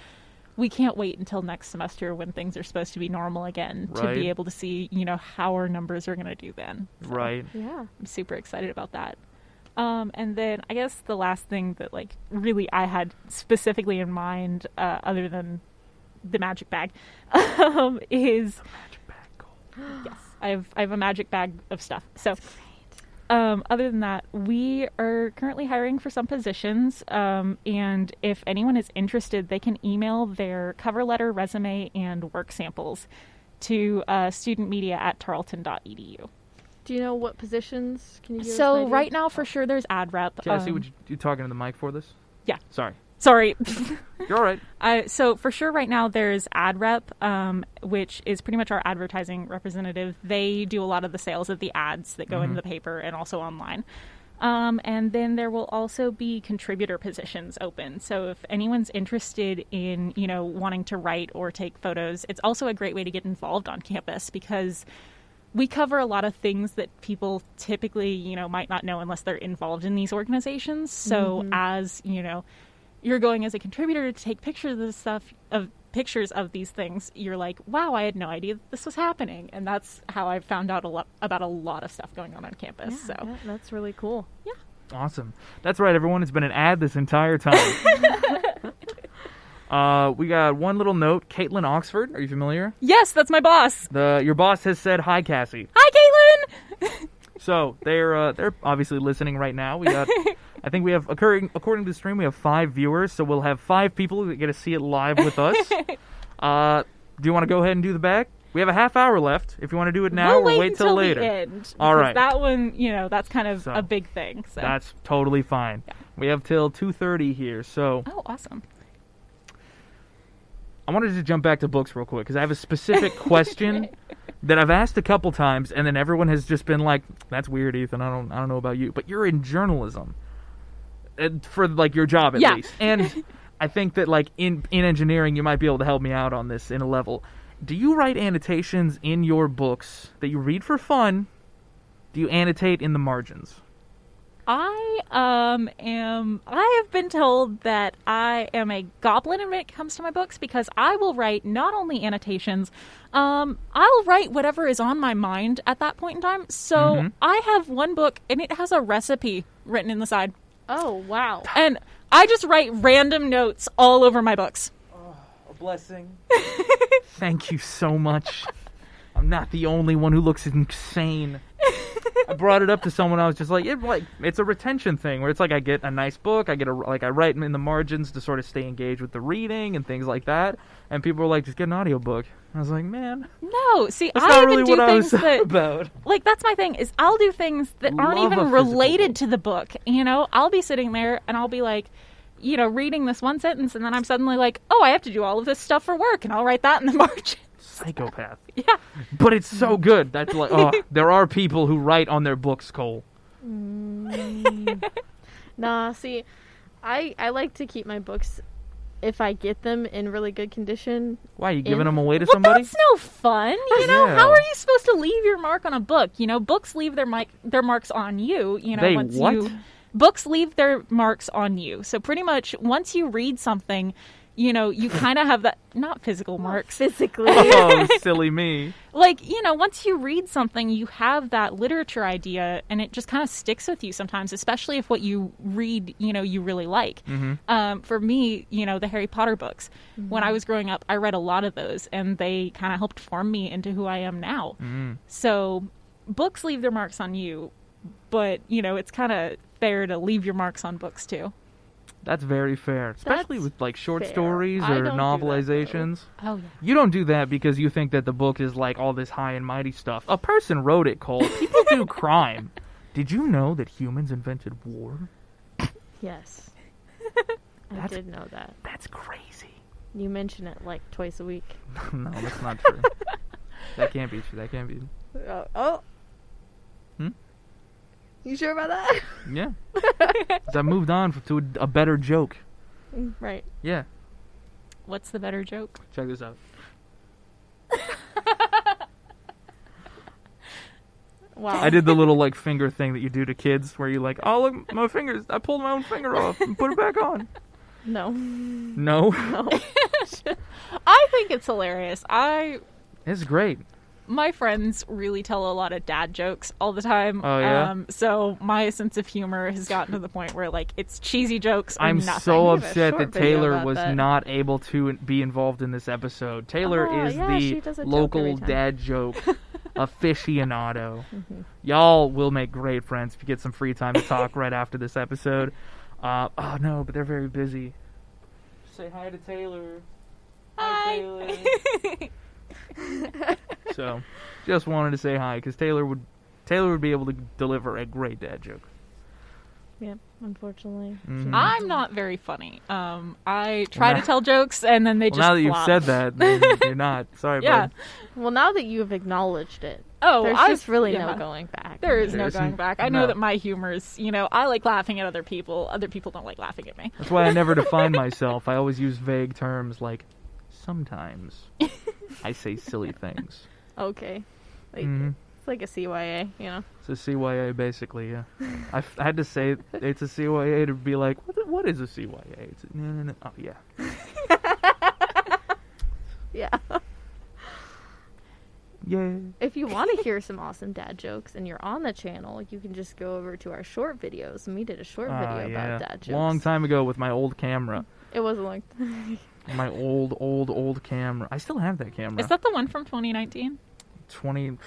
S2: we can't wait until next semester when things are supposed to be normal again to
S1: Right.
S2: be able to see you know how our numbers are going to do then. So-
S1: right.
S5: Yeah.
S2: I'm super excited about that. Um, and then I guess the last thing that like really I had specifically in mind, uh, other than the magic bag, um, is yes, I have I have a magic bag of stuff. So, um, other than that, we are currently hiring for some positions, um, and if anyone is interested, they can email their cover letter, resume, and work samples to uh, studentmedia at E tarleton.edu.
S5: Do you know what positions can you give us an
S2: So
S5: idea?
S2: right now, for sure, there's ad rep.
S1: Cassie,
S2: um,
S1: would you, you talking to the mic for this?
S2: Yeah.
S1: Sorry.
S2: Sorry.
S1: You're all right.
S2: uh, so for sure, right now there's ad rep, um, which is pretty much our advertising representative. They do a lot of the sales of the ads that go into the paper and also online. Um, and then there will also be contributor positions open. So if anyone's interested in you know wanting to write or take photos, it's also a great way to get involved on campus because we cover a lot of things that people typically, you know, might not know unless they're involved in these organizations. So
S1: Mm-hmm.
S2: as, you know, you're going as a contributor to take pictures of this stuff of pictures of these things, you're like, wow, I had no idea that this was happening. And that's how I found out a lot about a lot of stuff going on on campus. so
S5: Yeah, that's really cool.
S1: Awesome. That's right, everyone. It's been an ad this entire time. uh, we got one little note. Caitlin Oxford. Are you familiar?
S2: yes, that's my boss.
S1: The your boss has said hi, Cassie.
S2: Hi, Caitlin.
S1: So they're uh, they're obviously listening right now. We got. I think we have occurring according to the stream, we have five viewers, so we'll have five people that get to see it live with us. uh, do you want to go ahead and do the bag? We have a half hour left. If you want to do it now,
S2: we'll
S1: or
S2: wait,
S1: wait
S2: until
S1: till
S2: the
S1: later.
S2: end.
S1: All
S2: because
S1: right.
S2: That one, you know, that's kind of
S1: So,
S2: a big thing. So
S1: That's totally fine. We have till two thirty here, so
S2: Oh, awesome.
S1: I wanted to jump back to books real quick because I have a specific question that I've asked a couple times, and then everyone has just been like, "That's weird, Ethan. I don't, I don't know about you, but you're in journalism. and for like your job at
S2: Yeah.
S1: least. And I think that like in in engineering, you might be able to help me out on this in a level. Do you write annotations in your books that you read for fun? Do you annotate in the margins?
S2: I um am I have been told that I am a goblin when it comes to my books because I will write not only annotations, um, I'll write whatever is on my mind at that point in time. So
S1: Mhm.
S2: I have one book and it has a recipe written in the side.
S5: Oh wow.
S2: And I just write random notes all over my books.
S1: A blessing. Thank you so much. I'm not the only one who looks insane. I brought it up to someone. I was just like, it, like it's a retention thing where it's like I get a nice book, I get a like I write in the margins to sort of stay engaged with the reading and things like that. And people were like, just get an audiobook. I was like, man,
S2: No, see,
S1: that's
S2: I
S1: not
S2: even
S1: really
S2: do
S1: what I was
S2: things that
S1: about.
S2: like that's my thing is I'll do things that aren't
S1: Love a
S2: even
S1: physical
S2: related
S1: book.
S2: to the book. You know, I'll be sitting there and I'll be like, you know, reading this one sentence, and then I'm suddenly like, oh, I have to do all of this stuff for work, and I'll write that in the margin.
S1: Psychopath.
S2: yeah,
S1: But it's so good. That's like, oh, there are people who write on their books, Cole.
S5: Mm. Nah, see, I I like to keep my books if I get them in really good condition.
S1: Why you
S5: In-
S1: giving them away to
S2: but
S1: somebody?
S2: that's no fun. You know,
S1: Yeah.
S2: how are you supposed to leave your mark on a book? You know, books leave their mic their marks on you. You know,
S1: They
S2: once
S1: what?
S2: you books leave their marks on you. So pretty much, once you read something. You know, you kind of have that not physical marks,
S5: Physically.
S1: oh, silly me.
S2: like you know once you read something you have that literature idea and it just kind of sticks with you sometimes especially if what you read you know you really like um, for me you know the harry potter books when i was growing up i read a lot of those and they kind of helped form me into who i am now
S1: Mm.
S2: so books leave their marks on you but you know it's kind of fair to leave your marks on books too
S1: That's very fair, especially
S5: That's
S1: with like short
S5: fair.
S1: stories or
S5: I don't do that,
S1: novelizations.
S2: oh yeah
S1: you don't do that because you think that the book is like all this high and mighty stuff. A person wrote it, Cole. People do crime. Did you know that humans invented war?
S5: yes. I
S1: That's-
S5: did know that.
S1: That's crazy.
S5: You mention it like twice a week.
S1: no, that's not true. that can't be true. That can't be.
S5: Oh. oh.
S1: Hmm?
S5: You sure about that?
S1: Yeah. 'Cause I moved on f- to a, a better joke.
S5: right.
S1: Yeah.
S2: what's the better joke
S1: Check this out.
S5: Wow.
S1: I did the little like finger thing that you do to kids where you like, oh look, my fingers. I pulled my own finger off and put it back on.
S5: No.
S1: No,
S5: No.
S2: i think it's hilarious i
S1: it's great.
S2: my friends really tell a lot of dad jokes all the time.
S1: Oh, yeah?
S2: Um, so my sense of humor has gotten to the point where like it's cheesy jokes. Or
S1: I'm
S2: nothing.
S1: so
S5: We have a
S1: upset
S5: short
S1: that
S5: video
S1: Taylor
S5: about
S1: was
S5: that.
S1: not able to in- be involved in this episode. Taylor
S5: Oh,
S1: is
S5: yeah, she does
S1: the
S5: a joke
S1: local
S5: every time. Mm-hmm.
S1: dad joke aficionado. Y'all will make great friends if you get some free time to talk right after this episode. Uh, oh no, but they're very busy. Say hi to Taylor.
S2: Hi.
S1: so, just wanted to say hi because Taylor would Taylor would be able to deliver a great dad joke.
S5: Yep. Unfortunately. Uh,
S1: Mhm.
S2: I'm not very funny. Um, I try
S1: Well,
S2: to
S1: now-
S2: tell jokes and then they
S1: Well,
S2: just
S1: now that
S2: flop.
S1: you've said that, then you're not. Sorry,
S2: Yeah.
S1: bud.
S5: Well, now that you have acknowledged it,
S2: Oh,
S5: there's
S2: I
S5: just really
S2: yeah.
S5: no going back. Mm-hmm.
S2: There is
S1: There
S2: no
S1: isn't-
S2: going back. I know
S1: no.
S2: that my humor is, you know, I like laughing at other people. Other people don't like laughing at me.
S1: That's why I never define myself. I always use vague terms like sometimes I say silly things.
S5: Okay. Like,
S1: Mhm.
S5: It's like a CYA, you know.
S1: It's a CYA basically, yeah. I, f- I had to say it's a CYA to be like, what, what is a CYA? It's a, no, no, no. Oh, yeah.
S5: Yeah.
S1: Yeah.
S5: If you want to hear some awesome dad jokes and you're on the channel, you can just go over to our short videos. And we did a short
S1: Ah,
S5: video
S1: yeah.
S5: about dad jokes.
S1: Long time ago with my old camera.
S5: It was a long time.
S1: My old, old, old camera. I still have that camera.
S2: Is that the one from 2019?
S1: 20. Jeez, you're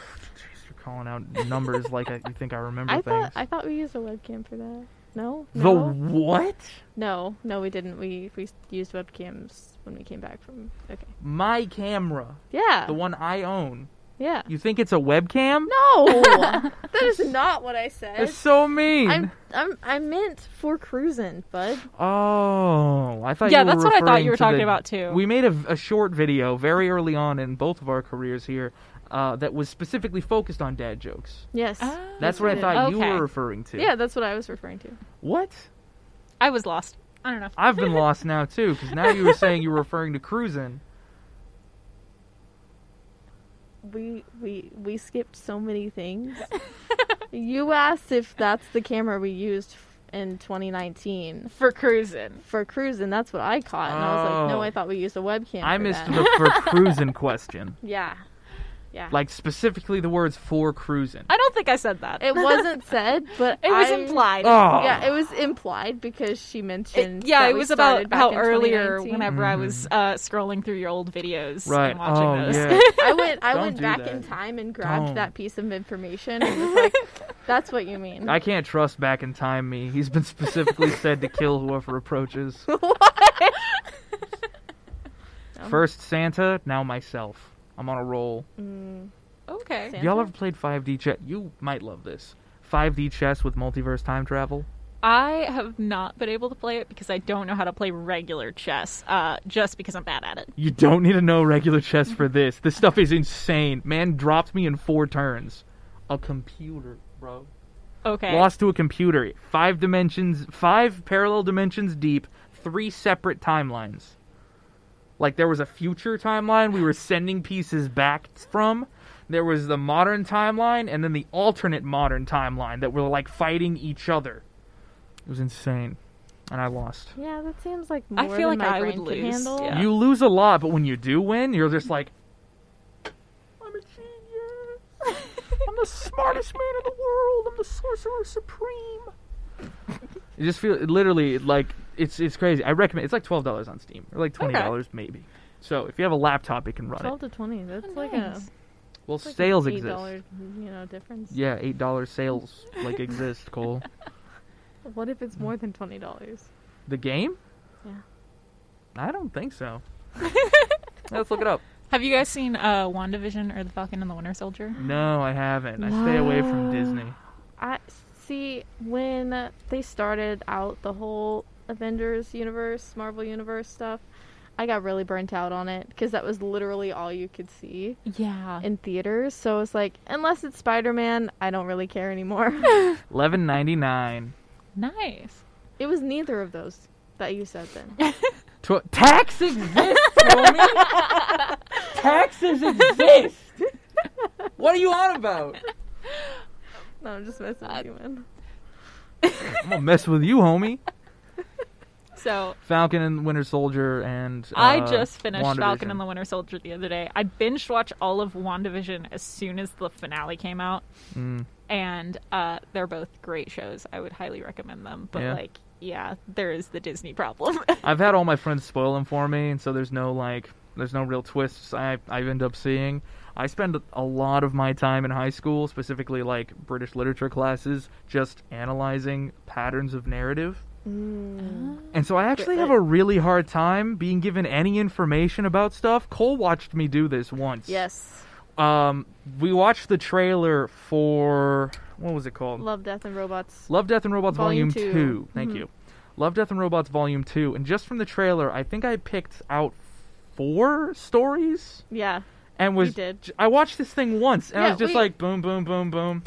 S1: calling out numbers like I, you think I remember
S5: I
S1: things.
S5: thought I thought we used a webcam for that. No,
S1: the
S5: no,
S1: what?
S5: no, no, we didn't. We we used webcams when we came back from. Okay,
S1: My camera.
S5: yeah,
S1: The one I own.
S5: yeah.
S1: You think it's a webcam?
S5: No, that is not what I said.
S1: That's so mean.
S5: I'm I'm I meant for cruising, bud.
S1: Oh, I thought
S2: Yeah,
S1: you were
S2: that's what I thought
S1: referring
S2: you were
S1: to
S2: talking
S1: the-
S2: about, too.
S1: We made a, a short video very early on in both of our careers here uh, that was specifically focused on dad jokes.
S5: Yes.
S2: Oh.
S1: That's what I
S5: Yeah.
S1: thought you
S2: Okay.
S1: were referring to.
S5: Yeah, that's what I was referring to.
S1: What?
S2: I was lost. I don't know.
S1: I've been lost now too, because now you were saying you were referring to cruising.
S5: We we we skipped so many things. you asked if that's the camera we used f- in 2019
S2: For cruising.
S5: for cruising. That's what I caught, and I was like,
S1: Oh.
S5: no, I thought we used a webcam.
S1: I
S5: for
S1: missed
S5: that.
S1: the for cruising question,
S5: Yeah, yeah.
S1: like specifically the words for cruising.
S2: I don't think I said that.
S5: it wasn't said, but
S2: It was
S5: I-
S2: implied.
S1: Oh,
S5: Yeah, it was implied because she mentioned.
S2: It- yeah,
S5: that
S2: it
S5: we
S2: was
S5: started
S2: about
S5: back
S2: how
S5: in
S2: earlier,
S5: 2019.
S2: whenever I was uh, scrolling through your old videos
S1: Mm-hmm. right.
S2: and watching
S1: Oh,
S2: those.
S1: yeah.
S5: I went I
S1: Don't
S5: went
S1: do
S5: back
S1: that.
S5: in time and grabbed
S1: Don't.
S5: that piece of information and was like, that's what you mean.
S1: I can't trust back in time me. He's been specifically said to kill whoever approaches. First Santa, now myself. I'm on a roll.
S5: Mm.
S2: Okay.
S5: Sam?
S1: Y'all
S5: Santa?
S1: ever played 5D chess? You might love this. 5D chess with multiverse time travel.
S2: I have not been able to play it because I don't know how to play regular chess, uh, just because I'm bad at it.
S1: You don't need to know regular chess for this. This stuff is insane. Man dropped me in four turns. A computer, bro.
S2: Okay.
S1: Lost to a computer. Five dimensions, five parallel dimensions deep, three separate timelines. Like there was a future timeline we were sending pieces back from. There was the modern timeline and then the alternate modern timeline that were like fighting each other. It was insane. And I lost.
S5: Yeah, that seems like more
S2: I feel
S5: than
S2: like
S5: my
S2: I would
S5: brain could
S2: lose,
S5: handle.
S2: yeah.
S1: You lose a lot, but when you do win, you're just like, I'm a genius. I'm the smartest man in the world. I'm the sorcerer supreme. You just feel literally like it's it's crazy. I recommend it's like twelve dollars on Steam or like twenty dollars maybe. So if you have a laptop, it can run it.
S5: Twelve to twenty. That's like a
S2: Nice.
S1: Well,
S5: it's like
S1: sales
S5: an eight
S1: exist.
S5: dollar, you know difference.
S1: Yeah, eight dollars sales like exist. Cole,
S5: What if it's more than twenty dollars?
S1: the game?
S5: Yeah.
S1: I don't think so. Let's look it up.
S2: Have you guys seen uh, WandaVision or The Falcon and the Winter Soldier?
S1: No, I haven't. I stay away from
S5: No.
S1: Disney.
S5: I see when they started out the whole Avengers universe, Marvel universe stuff. I got really burnt out on it because that was literally all you could see
S2: Yeah.
S5: in theaters. So it's like, unless it's Spider Man, I don't really care anymore.
S1: Eleven ninety nine.
S2: Nice.
S5: it was neither of those that you said then.
S1: Tw- tax exists, Tony. Taxes exist. What are you on about?
S5: no, I'm just messing with you, man.
S1: I'm gonna mess with you, homie.
S2: So
S1: Falcon and Winter Soldier and
S2: I
S1: uh,
S2: just finished Falcon
S1: WandaVision.
S2: and the Winter Soldier the other day. I binge watched all of WandaVision as soon as the finale came out,
S1: Mm.
S2: and uh, they're both great shows. I would highly recommend them. But
S1: Yeah.
S2: like, yeah, there is the Disney problem.
S1: I've had all my friends spoil them for me, and so there's no like, there's no real twists. I I end up seeing. I spend a lot of my time in high school, specifically like British literature classes, just analyzing patterns of narrative. And so I actually have a really hard time being given any information about stuff. Cole watched me do this once.
S5: Yes.
S1: Um, we watched the trailer for what was it called?
S5: Love, Death, and Robots.
S1: Love, Death, and Robots Volume, 2.
S5: Volume two. Mm-hmm.
S1: Thank you. Love, Death, and Robots Volume 2. And just from the trailer, I think I picked out four stories
S5: Yeah.
S1: and was.
S5: did.
S1: j- I watched this thing once and I
S5: Yeah,
S1: was just
S5: we-
S1: like, boom, boom, boom, boom.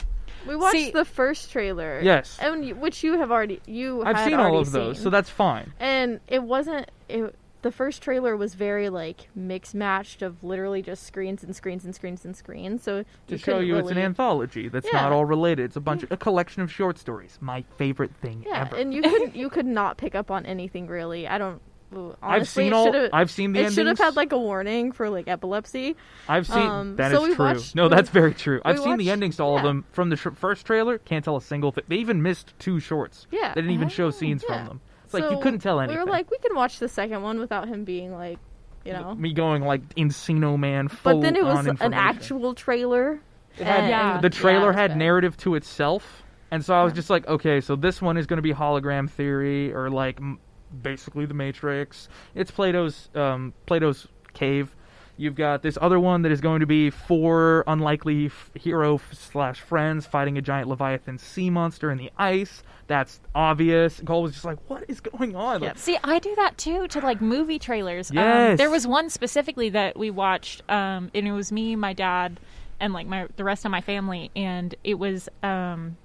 S5: We watched
S2: See-
S5: the first trailer.
S1: Yes.
S5: And y- which you have already you
S1: I've
S5: had
S1: seen all
S5: already
S1: of those,
S5: seen.
S1: so that's fine.
S5: and it wasn't it the first trailer was very like mixed matched of literally just screens and screens and screens and screens so
S1: To show
S5: couldn't
S1: you
S5: really,
S1: it's an anthology that's
S5: Yeah. Mm.
S1: not all related. It's a bunch of. A collection of short stories. My favorite thing
S5: yeah
S1: ever.
S5: and you could you could not pick up on anything really i don't ooh, honestly,
S1: I've seen
S5: it
S1: all.
S5: should've-
S1: I've seen the
S5: it should
S1: endings.
S5: have had like a warning for like epilepsy
S1: I've seen
S5: Um,
S1: that is
S5: so we
S1: true.
S5: watched-
S1: no,
S5: we-
S1: that's very true. I've seen the
S5: watched-
S1: endings to all of
S5: yeah.
S1: them from the tr- first trailer. Can't tell a single thing. They even missed two shorts.
S5: Yeah.
S1: they didn't even show scenes
S5: yeah.
S1: from them. It's like you
S5: So
S1: couldn't tell anything.
S5: we were like we can watch the second one without him being like you know
S1: me going like Encino Man. Full
S5: but then it was
S1: on
S5: an
S1: information. Mm-hmm.
S5: actual trailer
S1: It had-
S5: and-
S2: Yeah.
S1: The trailer
S5: it's
S1: had
S5: bad.
S1: narrative to itself, and so I was just like, okay, so this one is going to be hologram theory or like m- basically the Matrix. It's Plato's um, Plato's cave. You've got this other one that is going to be four unlikely f- hero f- slash friends fighting a giant leviathan sea monster in the ice. That's obvious. Cole was just like, "What is going on?"
S5: Yep.
S2: See, I do that too to like movie trailers. Um,
S1: Yes.
S2: there was one specifically that we watched, um, and it was me, my dad, and like my the rest of my family, and it was um,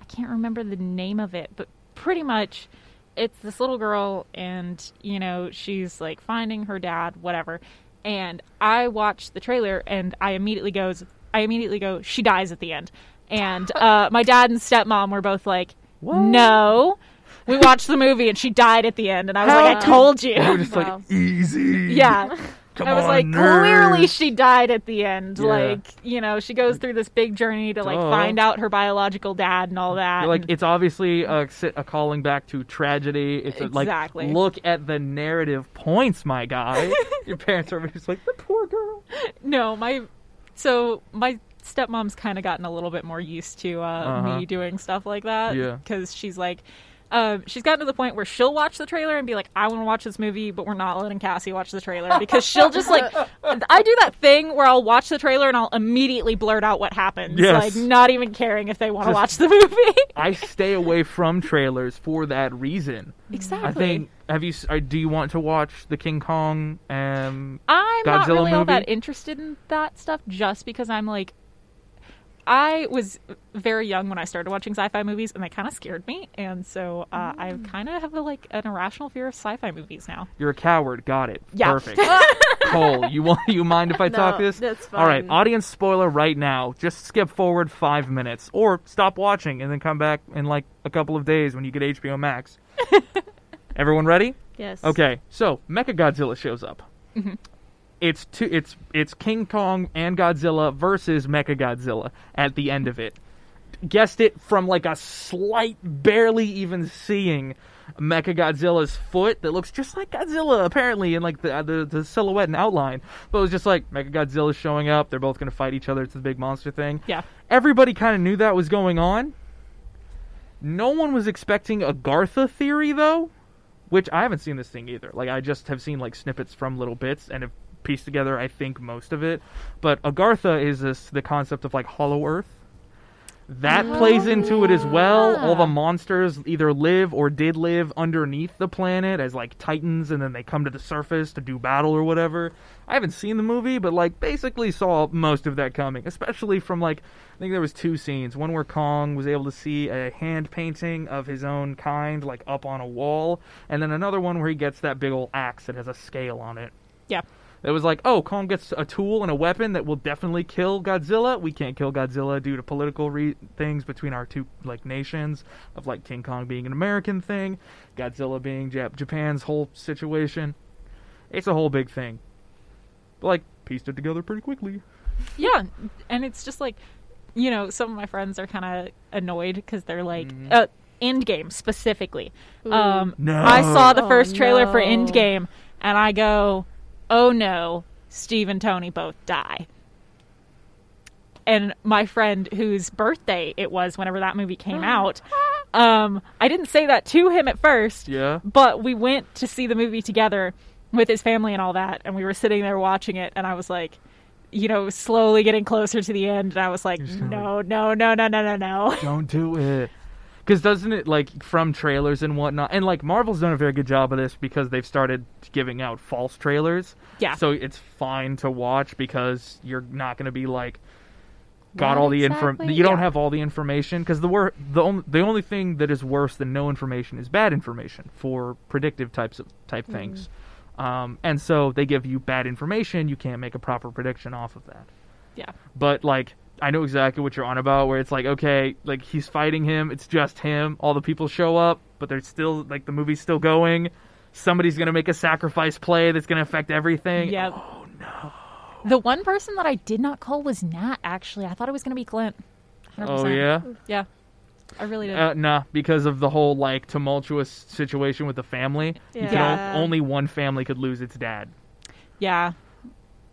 S2: I can't remember the name of it, but pretty much it's this little girl and you know she's like finding her dad whatever and i watch the trailer and i immediately goes i immediately go she dies at the end and uh, my dad and stepmom were both like
S1: What?
S2: no we watched the movie and she died at the end and i was
S5: How
S2: like i
S5: could-
S2: told you
S1: They were just
S5: Wow.
S1: like easy.
S2: yeah
S1: Come
S2: I was
S1: on,
S2: like,
S1: nerd.
S2: clearly she died at the end.
S1: Yeah.
S2: Like, you know, she goes through this big journey to like
S1: Duh.
S2: find out her biological dad and all that.
S1: You're like
S2: and-
S1: it's obviously a, si- a calling back to tragedy. It's a,
S2: Exactly.
S1: like look at the narrative points, my guy. Your parents are just like the poor girl.
S2: no, my so my stepmom's kind of gotten a little bit more used to uh,
S1: Uh-huh.
S2: me doing stuff like that.
S1: Yeah.
S2: because she's like. Um, she's gotten to the point where she'll watch the trailer and be like, "I want to watch this movie, but we're not letting Cassie watch the trailer because she'll just like." I do that thing where I'll watch the trailer and I'll immediately blurt out what happens,
S1: Yes.
S2: like not even caring if they want to
S1: Just-
S2: watch the movie.
S1: I stay away from trailers for that reason.
S2: exactly.
S1: I think. Have you? s- uh, Do you want to watch the King Kong? Um,
S2: I'm not
S1: Godzilla
S2: really all
S1: movie?
S2: that interested in that stuff just because I'm like I was very young when I started watching sci-fi movies and they kind of scared me and so uh, I
S1: Mm.
S2: kind of have a, like an irrational fear of sci-fi movies now.
S1: you're a coward. Got it.
S2: Yeah.
S1: Perfect. Cole, you want? You mind if I talk
S5: No,
S1: this?
S5: that's
S1: All right.
S5: fine.
S1: Audience spoiler right now. Just skip forward five minutes, or stop watching and then come back in like a couple of days when you get HBO Max. Everyone ready?
S5: Yes.
S1: Okay, so Mecha Godzilla shows up.
S5: Mm-hmm.
S1: It's two. It's it's King Kong and Godzilla versus Mecha Godzilla at the end of it. Guessed it from like a slight, barely even seeing Mecha Godzilla's foot that looks just like Godzilla apparently in like the uh, the, the silhouette and outline. But it was just like Mecha Godzilla's showing up. They're both gonna fight each other. It's the big monster thing.
S2: Yeah.
S1: Everybody kind of knew that was going on. No one was expecting a Gartha theory though which I haven't seen this thing either. Like I just have seen like snippets from little bits and have pieced together I think most of it. But Agartha is this the concept of like Hollow Earth. That plays into it as well. All the monsters either live or did live underneath the planet as like titans and then they come to the surface to do battle or whatever. I haven't seen the movie, but like basically saw most of that coming, especially from like I think there was two scenes, one where Kong was able to see a hand painting of his own kind like up on a wall, and then another one where he gets that big old axe that has a scale on it.
S2: Yeah.
S1: It was like, oh, Kong gets a tool and a weapon that will definitely kill Godzilla. We can't kill Godzilla due to political re- things between our two like nations, of like King Kong being an American thing, Godzilla being Jap- Japan's whole situation. It's a whole big thing. But like pieced it together pretty quickly.
S2: Yeah, and it's just like you know, some of my friends are kind of annoyed cuz they're like
S1: Mhm.
S2: uh Endgame specifically.
S5: Ooh.
S2: Um
S1: No,
S2: I saw the
S5: Oh,
S2: first trailer for
S5: no.
S2: Endgame and I go, oh no, Steve and Tony both die. And my friend whose birthday it was whenever that movie came out, um, I didn't say that to him at first,
S1: Yeah.
S2: but we went to see the movie together with his family and all that. And we were sitting there watching it, and I was like, you know, slowly getting closer to the end. And I was like,
S1: You're just kinda
S2: no, no, no, no, no, no, no.
S1: Don't do it. Because doesn't it like from trailers and whatnot, and like Marvel's done a very good job of this because they've started giving out false trailers.
S2: Yeah.
S1: So it's fine to watch because you're not going to be like got all the inform.
S5: exactly?
S1: You don't
S2: Yeah.
S1: have all the information because the wor- the only the only thing that is worse than no information is bad information for predictive types of
S2: Mm-hmm.
S1: type things. Um, and so they give you bad information. You can't make a proper prediction off of that
S2: Yeah.
S1: but like I know exactly what you're on about where it's like okay, like he's fighting him, it's just him, all the people show up, but they're still like the movie's still going. Somebody's going to make a sacrifice play that's going to affect everything.
S2: Yeah. Oh no. The one person that I did not call was Nat. Actually, I thought it was going to be Clint. 100%.
S1: Oh yeah.
S2: Yeah. I really did.
S1: Uh, nah, because of the whole like tumultuous situation with the family. You could
S2: Yeah.
S1: on- only one family could lose its dad.
S2: yeah.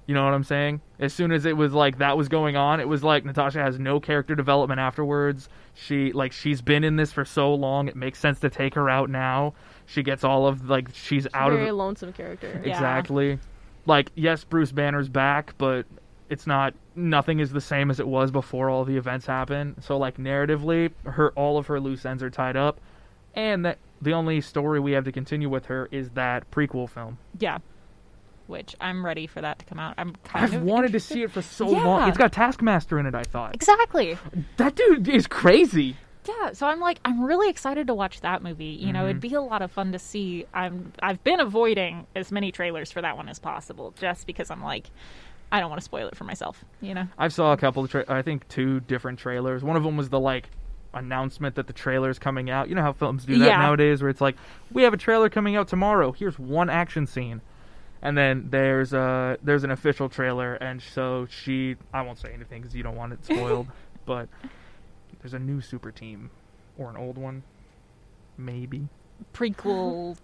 S1: You know what I'm saying? As soon as it was like that was going on, it was like Natasha has no character development afterwards. She like she's been in this for so long, it makes sense to take her out now. She gets all of like she's out
S5: Very
S1: of
S5: lonesome character.
S2: Yeah.
S1: exactly. Like yes, Bruce Banner's back, but it's not nothing is the same as it was before all the events happen. So like narratively, her all of her loose ends are tied up, and that the only story we have to continue with her is that prequel film.
S2: Yeah. Which I'm ready for that to come out. I'm kind
S1: I've
S2: of
S1: wanted to
S2: interested-
S1: see it for so
S2: Yeah.
S1: long. It's got Taskmaster in it. I thought.
S2: Exactly.
S1: That dude is crazy.
S2: Yeah, so I'm like, I'm really excited to watch that movie. You know,
S1: Mm-hmm.
S2: it'd be a lot of fun to see. I'm, I've been avoiding as many trailers for that one as possible, just because I'm like, I don't want to spoil it for myself. You know,
S1: I've saw a couple of, tra- I think two different trailers. One of them was the like announcement that the trailer's coming out. You know how films do that
S2: Yeah.
S1: nowadays, where it's like, we have a trailer coming out tomorrow. Here's one action scene, and then there's a there's an official trailer, and so she, I won't say anything because you don't want it spoiled, but there's a new super team or an old one, maybe.
S2: prequel,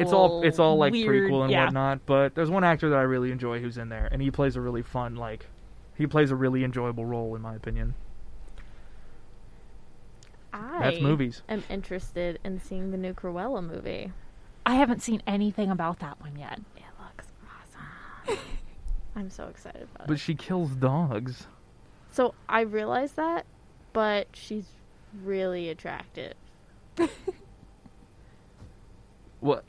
S1: it's all it's all like
S2: weird-
S1: prequel and
S2: yeah.
S1: whatnot. But there's one actor that I really enjoy who's in there, and he plays a really fun like he plays a really enjoyable role in my opinion.
S5: I
S1: That's movies.
S5: am interested in seeing the new Cruella movie.
S2: I haven't seen anything about that one yet.
S5: It looks awesome. I'm so excited about
S1: But
S5: it.
S1: she kills dogs.
S5: So I realized that, but she's really attractive.
S1: What?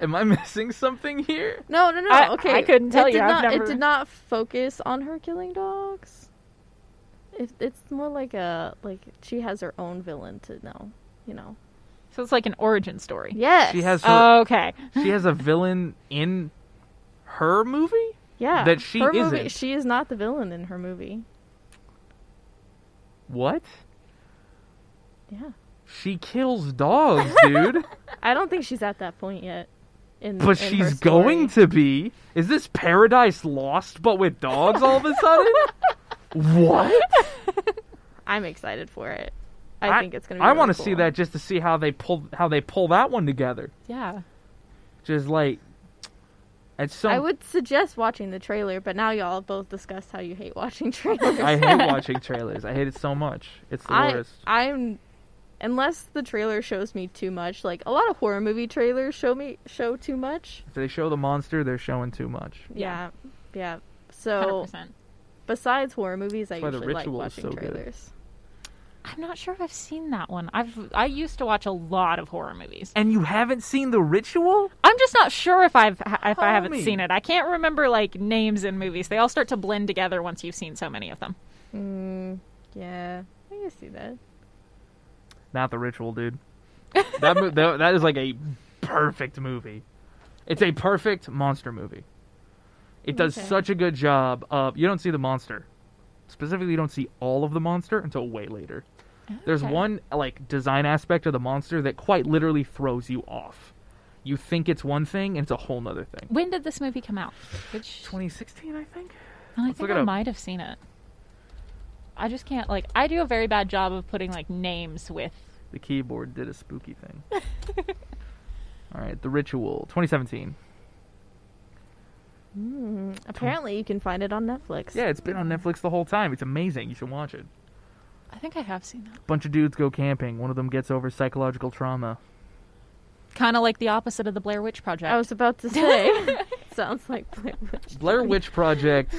S1: Am I missing something here?
S5: No, no, no.
S2: I-
S5: okay,
S2: I couldn't tell
S5: it
S2: you.
S5: Did
S2: I've
S5: not,
S2: never-
S5: It did not focus on her killing dogs. It, it's more like a like she has her own villain to know. You know. Uh,
S2: So it's like an origin story.
S5: Yes.
S1: She has her,
S2: Okay.
S1: she has a villain in her movie.
S5: Yeah.
S1: that she
S5: her
S1: isn't.
S5: Movie, she is not the villain in her movie.
S1: What?
S5: Yeah.
S1: She kills dogs, dude.
S5: I don't think she's at that point yet. In,
S1: but
S5: in her
S1: she's
S5: story.
S1: going to be. Is this Paradise Lost but with dogs all of a sudden? what?
S5: I'm excited for it. I, think it's gonna. be
S1: I
S5: really
S1: wanna
S5: cool.
S1: see that just to see how they pull how they pull that one together.
S2: Yeah.
S1: Just like at some
S5: I would suggest watching the trailer, but now y'all have both discussed how you hate watching trailers.
S1: I hate watching trailers. I hate it so much. It's the
S5: I,
S1: worst.
S5: I'm unless the trailer shows me too much. Like a lot of horror movie trailers show me show too much.
S1: If they show the monster, they're showing too much.
S5: Yeah,
S2: Yeah.
S5: yeah. So
S2: 100%.
S5: besides horror movies, I
S1: That's why The
S5: usually like
S1: Ritual is
S5: watching
S1: so good.
S5: trailers.
S2: I'm not sure if I've seen that one. I've I used to watch a lot of horror movies.
S1: And you haven't seen the ritual?
S2: I'm just not sure if I've if I haven't
S1: Homie.
S2: seen it. I can't remember like names in movies. They all start to blend together once you've seen so many of them.
S5: Mm, yeah, I can see that.
S1: Not the ritual, dude. that, mo- that that is like a perfect movie. It's a perfect monster movie. It does
S5: Okay.
S1: such a good job of you don't see the monster. Specifically, you don't see all of the monster until way later. There's
S2: Okay.
S1: one like design aspect of the monster that quite literally throws you off. You think it's one thing and it's a whole nother thing.
S2: When did this movie come out? Which
S1: 2016, I think.
S2: I
S1: let's
S2: think
S1: look it
S2: I
S1: up.
S2: might have seen it. I just can't like I do a very bad job of putting like names with
S1: The keyboard did a spooky thing. all right, the ritual, 2017.
S5: Mm, apparently, you can find it on Netflix.
S1: Yeah, it's been on Netflix the whole time. It's amazing. You should watch it.
S2: I think I have seen that.
S1: bunch of dudes go camping. One of them gets over psychological trauma.
S2: Kind of like the opposite of the Blair Witch Project.
S5: I was about to say. Sounds like Blair Witch.
S1: Blair Witch Project.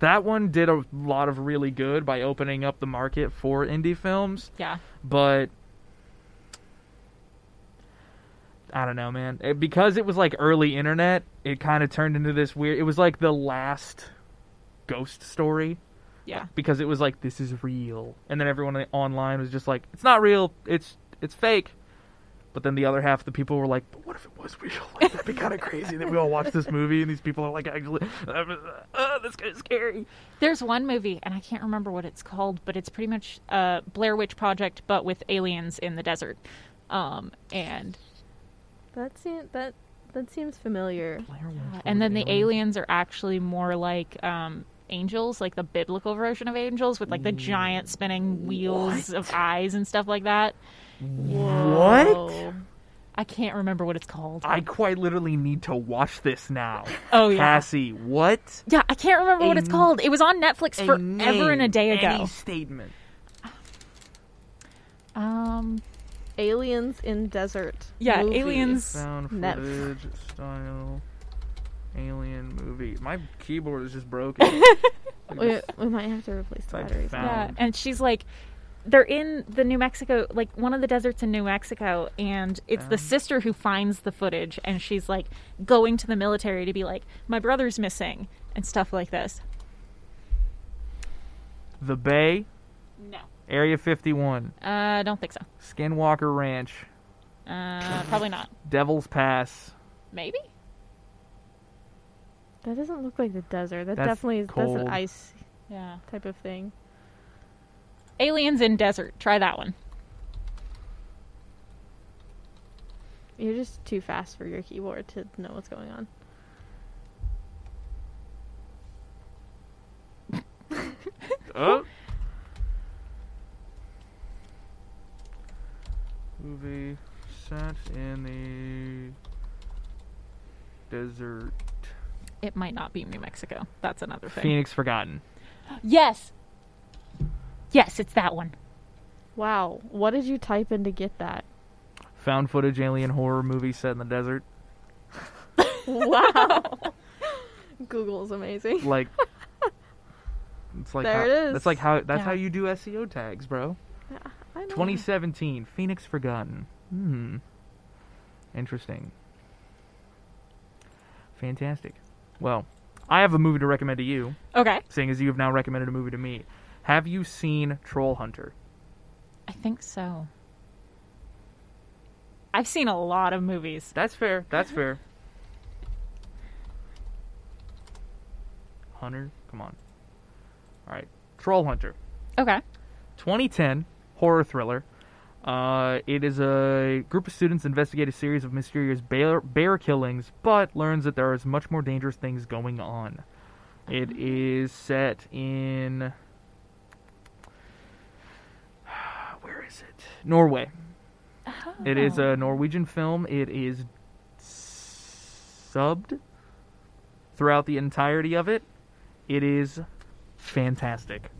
S1: that one did a lot of really good by opening up the market for indie films,
S2: yeah.
S1: but I don't know, man. It- because it was like early internet, it kind of turned into this weird. It was like the last ghost story
S2: Yeah.
S1: because it was like this is real, and then everyone on- online was just like, it's not real, it's it's fake. But then the other half of the people were like, but what if it was real? Like, that'd be kind of crazy that we all watch this movie and these people are like, actually, uh, this guy's scary.
S2: There's one movie, and I can't remember what it's called, but it's pretty much uh, Blair Witch Project, but with aliens in the desert. Um, and
S5: That seems that that seems familiar.
S1: Blair Witch
S2: Uh, and then the
S1: alien-
S2: aliens are actually more like um, angels, like the biblical version of angels, with
S1: Mm.
S2: like the giant spinning wheels of eyes and stuff like that.
S5: Oh,
S1: What?
S2: I can't remember what it's called.
S1: I quite literally need to watch this now.
S2: oh yeah,
S1: Cassie, what?
S2: yeah. I can't remember what
S1: A
S2: it's
S1: n-
S2: called. It was on Netflix
S1: A
S2: forever
S1: name,
S2: and a day ago.
S1: Any statement.
S2: Um,
S5: Aliens in desert.
S2: yeah,
S5: movie.
S2: aliens.
S1: Found
S5: Netf-
S1: footage style alien movie. My keyboard is just broken. Look at
S5: We,
S1: this.
S5: we might have to replace the
S1: Like
S5: batteries.
S1: found-
S2: Yeah,
S1: Um,
S2: and she's like, they're in the New Mexico, like one of the deserts in New Mexico, and it's
S1: Um.
S2: the sister who finds the footage, and she's like going to the military to be like, my brother's missing, and stuff like this.
S1: The Bay,
S6: No.
S1: Area 51,
S2: Uh, I don't think so.
S1: Skinwalker Ranch,
S2: Uh, probably not.
S1: Devil's Pass.
S2: Maybe.
S5: That doesn't look like the desert. That
S1: That's
S5: definitely is that's
S1: cold.
S5: an ice
S2: Yeah.
S5: type of thing.
S2: Aliens in desert. Try that one.
S5: You're just too fast for your keyboard to know what's going on.
S1: Oh. Movie set in the desert.
S2: It might not be New Mexico. That's another thing.
S1: Phoenix Forgotten.
S2: Yes. Yes, it's that one.
S5: Wow, what did you type in to get that?
S1: Found footage alien horror movie set in the desert.
S5: Wow. Google's amazing.
S1: Like It's like
S5: There
S1: how,
S5: it is.
S1: That's like how that's
S2: Yeah.
S1: how you do SEO tags, bro.
S5: I know.
S1: 2017 Phoenix Forgotten. Hmm. Interesting. Fantastic. Well, I have a movie to recommend to you.
S2: Okay.
S1: seeing as you have now recommended a movie to me. Have you seen Troll Hunter?
S2: I think so. I've seen a lot of movies.
S1: That's fair. That's fair. Hunter, come on. All right, Troll Hunter,
S2: Okay.
S1: 2010 horror thriller. Uh, it is a group of students investigate a series of mysterious bear, bear killings, but learns that there is much more dangerous things going on. It is set in where is it? Norway. It is a Norwegian film. It is subbed throughout the entirety of it. It is fantastic.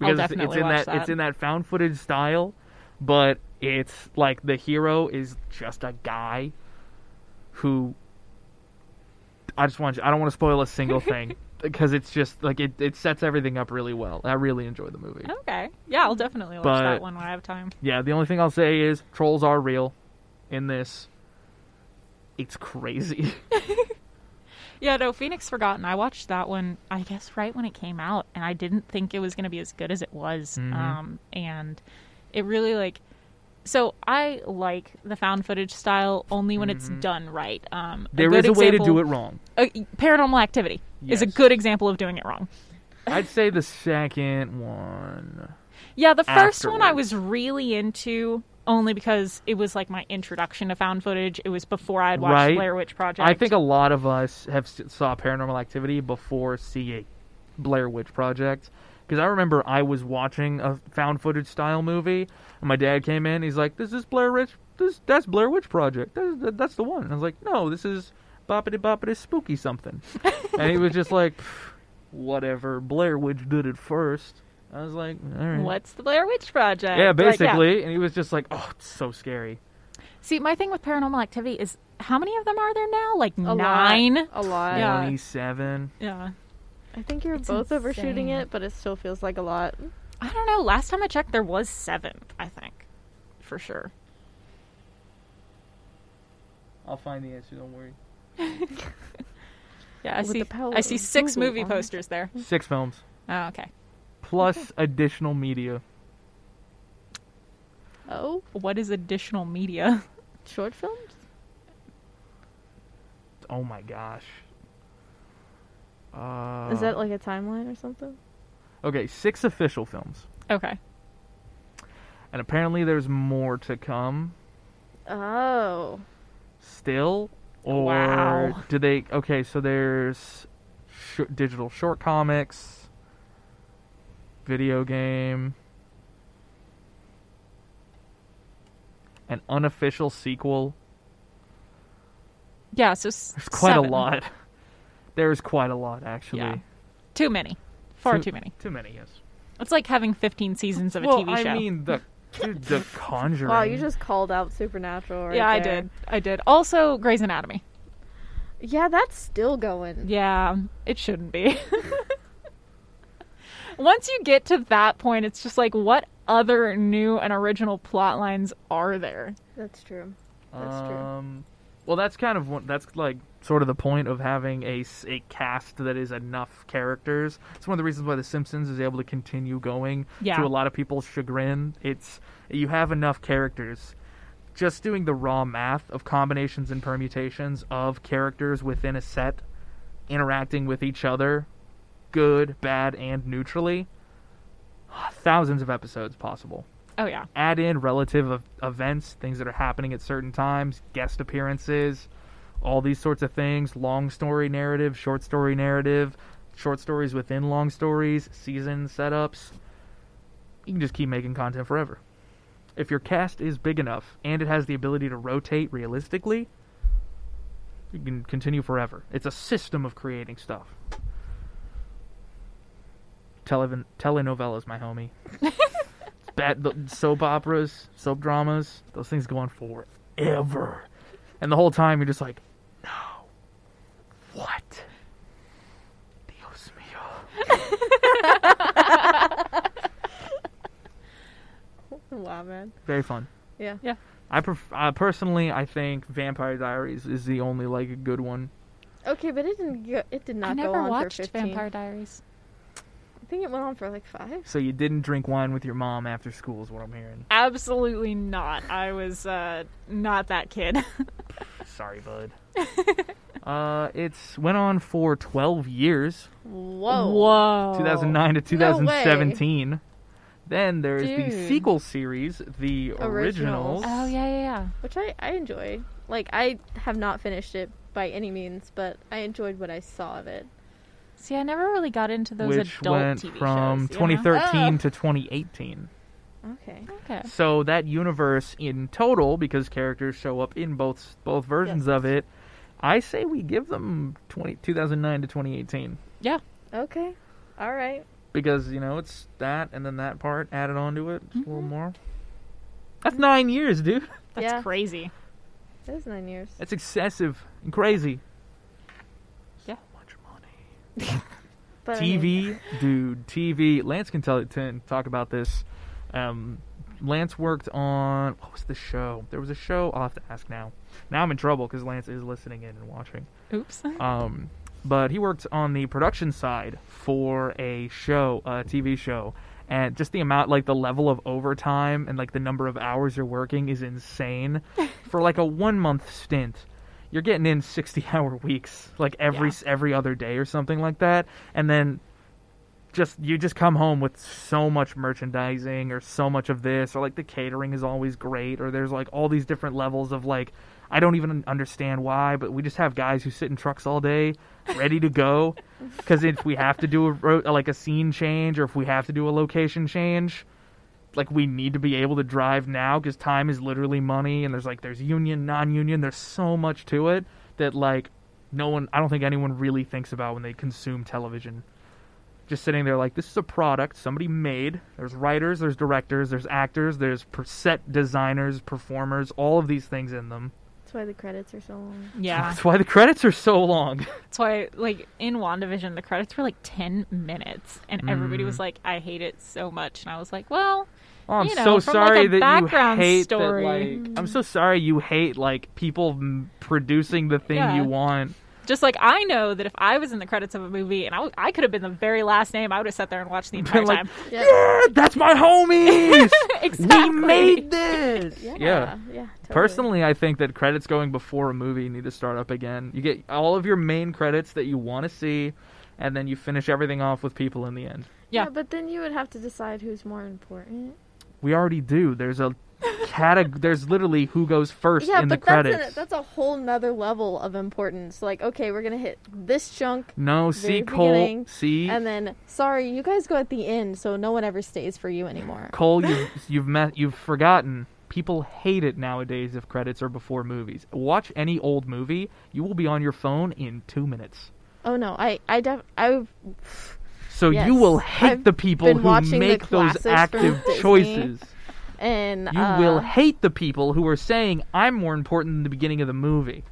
S2: I'll
S1: it's- it's,
S2: definitely
S1: in
S2: watch
S1: it's
S2: that.
S1: in that found footage style, but it's like the hero is just a guy who I just want you, I don't want to spoil a single thing because it's just like it, it sets everything up really well. I really enjoy the movie.
S2: Okay. Yeah, I'll definitely watch
S1: But-
S2: that one when I have time.
S1: Yeah, the only thing I'll say is trolls are real in this. It's crazy.
S2: Yeah, no, Phoenix Forgotten. I watched that one, I guess, right when it came out, and I didn't think it was going to be as good as it was.
S1: Mhm.
S2: Um, and it really like, so I like the found footage style only when it's done right.
S1: Mm-hmm.
S2: Um,
S1: there is a way to do it wrong.
S2: Paranormal Activity is a
S1: Yes.
S2: good example of doing it wrong.
S1: I'd say the second one.
S2: Yeah, the first one I
S1: afterwards.
S2: was really into only because it was like my introduction to found footage. It was before I had watched
S1: Right.
S2: Blair Witch Project.
S1: I think a lot of us have s- saw Paranormal Activity before seeing Blair Witch Project. Because I remember I was watching a found footage style movie, and my dad came in. He's like, "This is Blair Witch. This that's Blair Witch Project. That's, that- that's the one." And I was like, "No, this is boppity boppity spooky something." and he was just like, "Pff, "Whatever. Blair Witch did it first. I was like, "All right."
S2: What's the Blair Witch Project?
S1: Yeah,
S2: Like,
S1: basically. And he was just like, "Oh, it's so scary."
S2: See, my thing with paranormal activity is how many of them are there now? Like
S5: A
S2: nine?
S5: lot. A lot.
S2: Yeah.
S1: Twenty-seven.
S2: Yeah.
S5: I think you're
S2: It's
S5: both overshooting
S2: insane.
S5: it, but it still feels like a lot.
S2: I don't know. Last time I checked, there was seven, I think, for sure.
S1: I'll find the answer. Don't worry.
S2: Yeah, I
S5: With
S2: see.
S5: the power
S2: I see
S5: of
S2: six
S5: Google
S2: movie
S5: on it.
S2: posters there.
S1: Six films.
S2: Oh, okay.
S1: plus additional media.
S5: Oh,
S2: What is additional media?
S5: short films?
S1: Oh my gosh. Uh,
S5: Is that like a timeline or something?
S1: okay? Six official films,
S2: Okay.
S1: and apparently there's more to come
S5: Oh.
S1: still. Or
S2: Wow.
S1: do they? Okay, so there's sh- digital short comics, video game, an unofficial sequel.
S2: Yeah, so s-
S1: There's quite
S2: seven.
S1: a lot. There's quite a lot actually.
S2: Yeah. Too many. Far too, many.
S1: Too many, yes.
S2: It's like having 15 seasons of a
S1: well,
S2: TV show.
S1: I mean the dude, the Conjuring.
S5: Wow, you just called out Supernatural right
S2: yeah, I
S5: there.
S2: did. I did. Also, Grey's Anatomy.
S5: Yeah, that's still going.
S2: Yeah, it shouldn't be. Once you get to that point, it's just like, what other new and original plot lines are there?
S5: That's true. That's true.
S1: um, Well, that's kind of one, that's like sort of the point of having a, s- a cast that is enough characters. It's one of the reasons why The Simpsons is able to continue going
S2: Yeah.
S1: to a lot of people's chagrin. It's you have enough characters. Just doing the raw math of combinations and permutations of characters within a set interacting with each other, good, bad, and neutrally. Thousands of episodes possible
S2: Oh yeah.
S1: add in relative of events, things that are happening at certain times, guest appearances, all these sorts of things, long story narrative, short story narrative, short stories within long stories, season setups. You can just keep making content forever. If your cast is big enough and it has the ability to rotate realistically, you can continue forever. It's a system of creating stuff. Televen- telenovelas, my homie bad the soap operas, soap dramas, those things go on forever. And the whole time you're just like, no, what? Dios mio.
S5: Wow, man.
S1: Very fun.
S5: Yeah.
S2: Yeah.
S1: I pref- uh, personally, I think Vampire Diaries is the only like good one.
S5: Okay, but it didn't. Go, it did not
S2: I
S5: go
S2: never
S5: on
S2: watched
S5: for 15.
S2: Vampire Diaries.
S5: I think it went on for like five.
S1: So you didn't drink wine with your mom after school is what I'm hearing.
S2: Absolutely not. I was uh, not that kid.
S1: Sorry, bud. uh, it's went on for 12 years,
S5: Whoa.
S2: Whoa.
S1: 2009 to
S5: Oh, No way.
S1: 2017. then there is the
S5: Dude.
S1: sequel series, The Originals.
S5: Originals.
S2: Oh yeah, yeah, yeah.
S5: Which I I enjoy. Like I have not finished it by any means, but I enjoyed what I saw of it.
S2: See, I never really got into those
S1: which
S2: adult
S1: went
S2: TV
S1: from
S2: shows. you know?
S1: 2013
S5: Oh.
S1: to 2018.
S5: Okay.
S2: Okay.
S1: So that universe in total, because characters show up in both both versions of it, I say we give them 20, 2009 to 2018
S5: Okay. All right.
S1: because you know it's that and then that part added onto it just a
S2: Mm-hmm.
S1: little more. That's nine years, dude.
S2: That's
S5: yeah.
S2: crazy.
S5: It was nine years.
S1: That's excessive and crazy.
S2: Yeah.
S1: So much money.
S5: But I mean,
S1: TV, dude, TV. Lance can tell it to talk about this. Um, Lance worked on what was the show? There was a show. I'll have to ask now. Now I'm in trouble because Lance is listening in and watching.
S2: Oops.
S1: Um, but he worked on the production side for a show, a TV show, and just the amount, like the level of overtime and like the number of hours you're working is insane. for like a one month stint, you're getting in sixty hour weeks, like every
S2: Yeah.
S1: every other day or something like that, and then just you just come home with so much merchandising or so much of this or like the catering is always great or there's like all these different levels of like I don't even understand why but we just have guys who sit in trucks all day ready to go cuz if we have to do a ro- like a scene change or if we have to do a location change like we need to be able to drive now cuz time is literally money and there's like there's union non-union there's so much to it that like no one I don't think anyone really thinks about when they consume television just sitting there like this is a product somebody made there's writers there's directors there's actors there's per- set designers performers all of these things in them
S5: That's why the credits are so long.
S2: Yeah.
S1: that's why the credits are so long
S2: That's why, like in WandaVision, the credits were like ten minutes, and everybody
S1: Mm.
S2: was like, "I hate it so much," and I was like, "Well,
S1: oh, i'm
S2: You
S1: so
S2: know, from, like,
S1: sorry
S2: a
S1: that you
S2: background
S1: hate
S2: story.
S1: that like i'm so sorry you hate like people m- producing the thing
S2: Yeah.
S1: you want
S2: just like I know that if I was in the credits of a movie and I, w- I could have been the very last name, I would have sat there and watched the entire
S1: Been like,
S2: time."
S5: Yeah.
S1: yeah that's my homies
S2: exactly.
S1: we made this
S5: Yeah.
S1: yeah.
S5: yeah, totally.
S1: Personally, I think that credits going before a movie need to start up again. You get all of your main credits that you want to see, and then you finish everything off with people in the end.
S2: Yeah.
S5: but then you would have to decide who's more important.
S1: We already do. There's a categ- There's literally who goes first
S5: yeah,
S1: in
S5: but
S1: the credits.
S5: that's a, that's a whole nother level of importance. Like, okay, we're gonna hit this chunk,
S1: no, see
S5: very
S1: Cole.
S5: beginning,
S1: See
S5: and then sorry, you guys go at the end, so no one ever stays for you anymore.
S1: Cole. You've you've met. You've forgotten. People hate it nowadays if credits are before movies. Watch any old movie, you will be on your phone in two minutes.
S5: Oh no, I I def- I
S1: So
S5: Yes.
S1: you will hate
S5: I've
S1: the people
S5: been
S1: who
S5: watching the
S1: make those
S5: classics from
S1: active
S5: Disney.
S1: choices.
S5: and
S1: You
S2: Uh-uh.
S5: uh,
S1: will hate the people who are saying I'm more important than the beginning of the movie.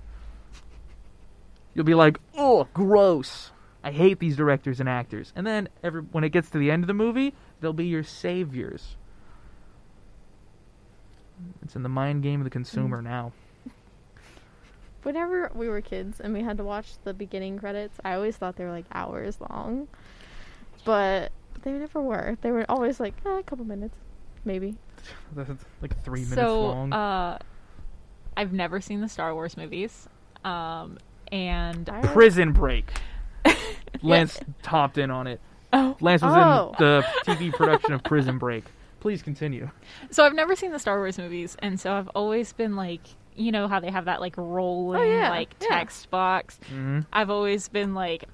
S1: You'll be like, "Oh, gross. I hate these directors and actors." And then every, when it gets to the end of the movie, they'll be your saviors.
S2: Mm.
S1: It's in the mind game of the consumer now.
S5: whenever we were kids and we had to watch the beginning credits, I always thought they were like hours long, but they never were. They were always like eh, a couple minutes, maybe.
S1: That's like three minutes
S2: so,
S1: long.
S2: uh, I've never seen the Star Wars movies, um, and
S5: I-
S1: Prison Break. Lance topped in on it.
S2: oh,
S1: Lance was
S5: Oh.
S1: in the TV production of Prison Break. Please continue.
S2: so I've never seen the Star Wars movies, and so I've always been like, you know how they have that like
S1: Oh,
S2: rolling
S5: yeah,
S2: like
S5: yeah.
S2: text box.
S1: hmm
S2: I've always been like,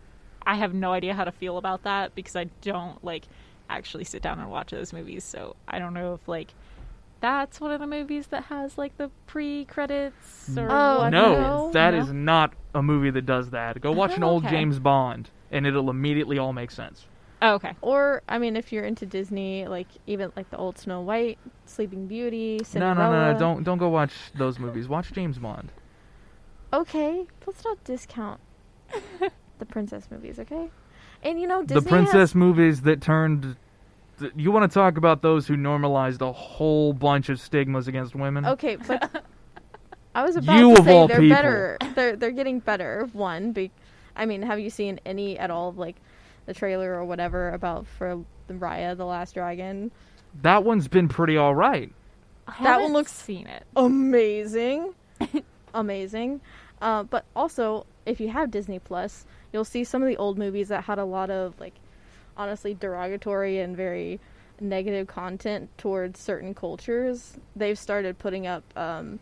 S2: I have no idea how to feel about that because I don't like actually sit down and watch those movies. So I don't know if like that's one of the movies that has like the pre credits or
S5: Oh,
S2: what
S5: I
S2: it
S1: No,
S5: know, Uh-huh,
S2: is,
S1: that
S2: you
S1: is
S2: know?
S1: not a movie that does that. Go watch an
S2: Oh,
S1: old
S2: okay.
S1: James Bond, and it'll immediately all make sense.
S2: Oh, okay.
S5: Or I mean, if you're into Disney, like even like the old Snow White, Sleeping Beauty,
S1: No,
S5: Cinderella.
S1: no, no, no! Don't don't go watch those movies. Watch James Bond.
S5: Okay, let's not discount the princess movies, okay? And you know, Disney
S1: the princess movies that turned. th- You want to talk about those who normalized a whole bunch of stigmas against women?
S5: Has, okay, but I was about
S1: You
S5: to
S1: of
S5: say
S1: all
S5: they're
S1: people.
S5: better. They're they're getting better. One, be, I mean, have you seen any at all of like the trailer or whatever about for the Raya the Last Dragon?
S1: That one's been pretty all right.
S2: I
S5: That one
S2: haven't
S5: looks-
S2: seen it.
S5: amazing, amazing. Uh, but also, if you have Disney Plus, you'll see some of the old movies that had a lot of like, honestly, derogatory and very negative content towards certain cultures. They've started putting up um,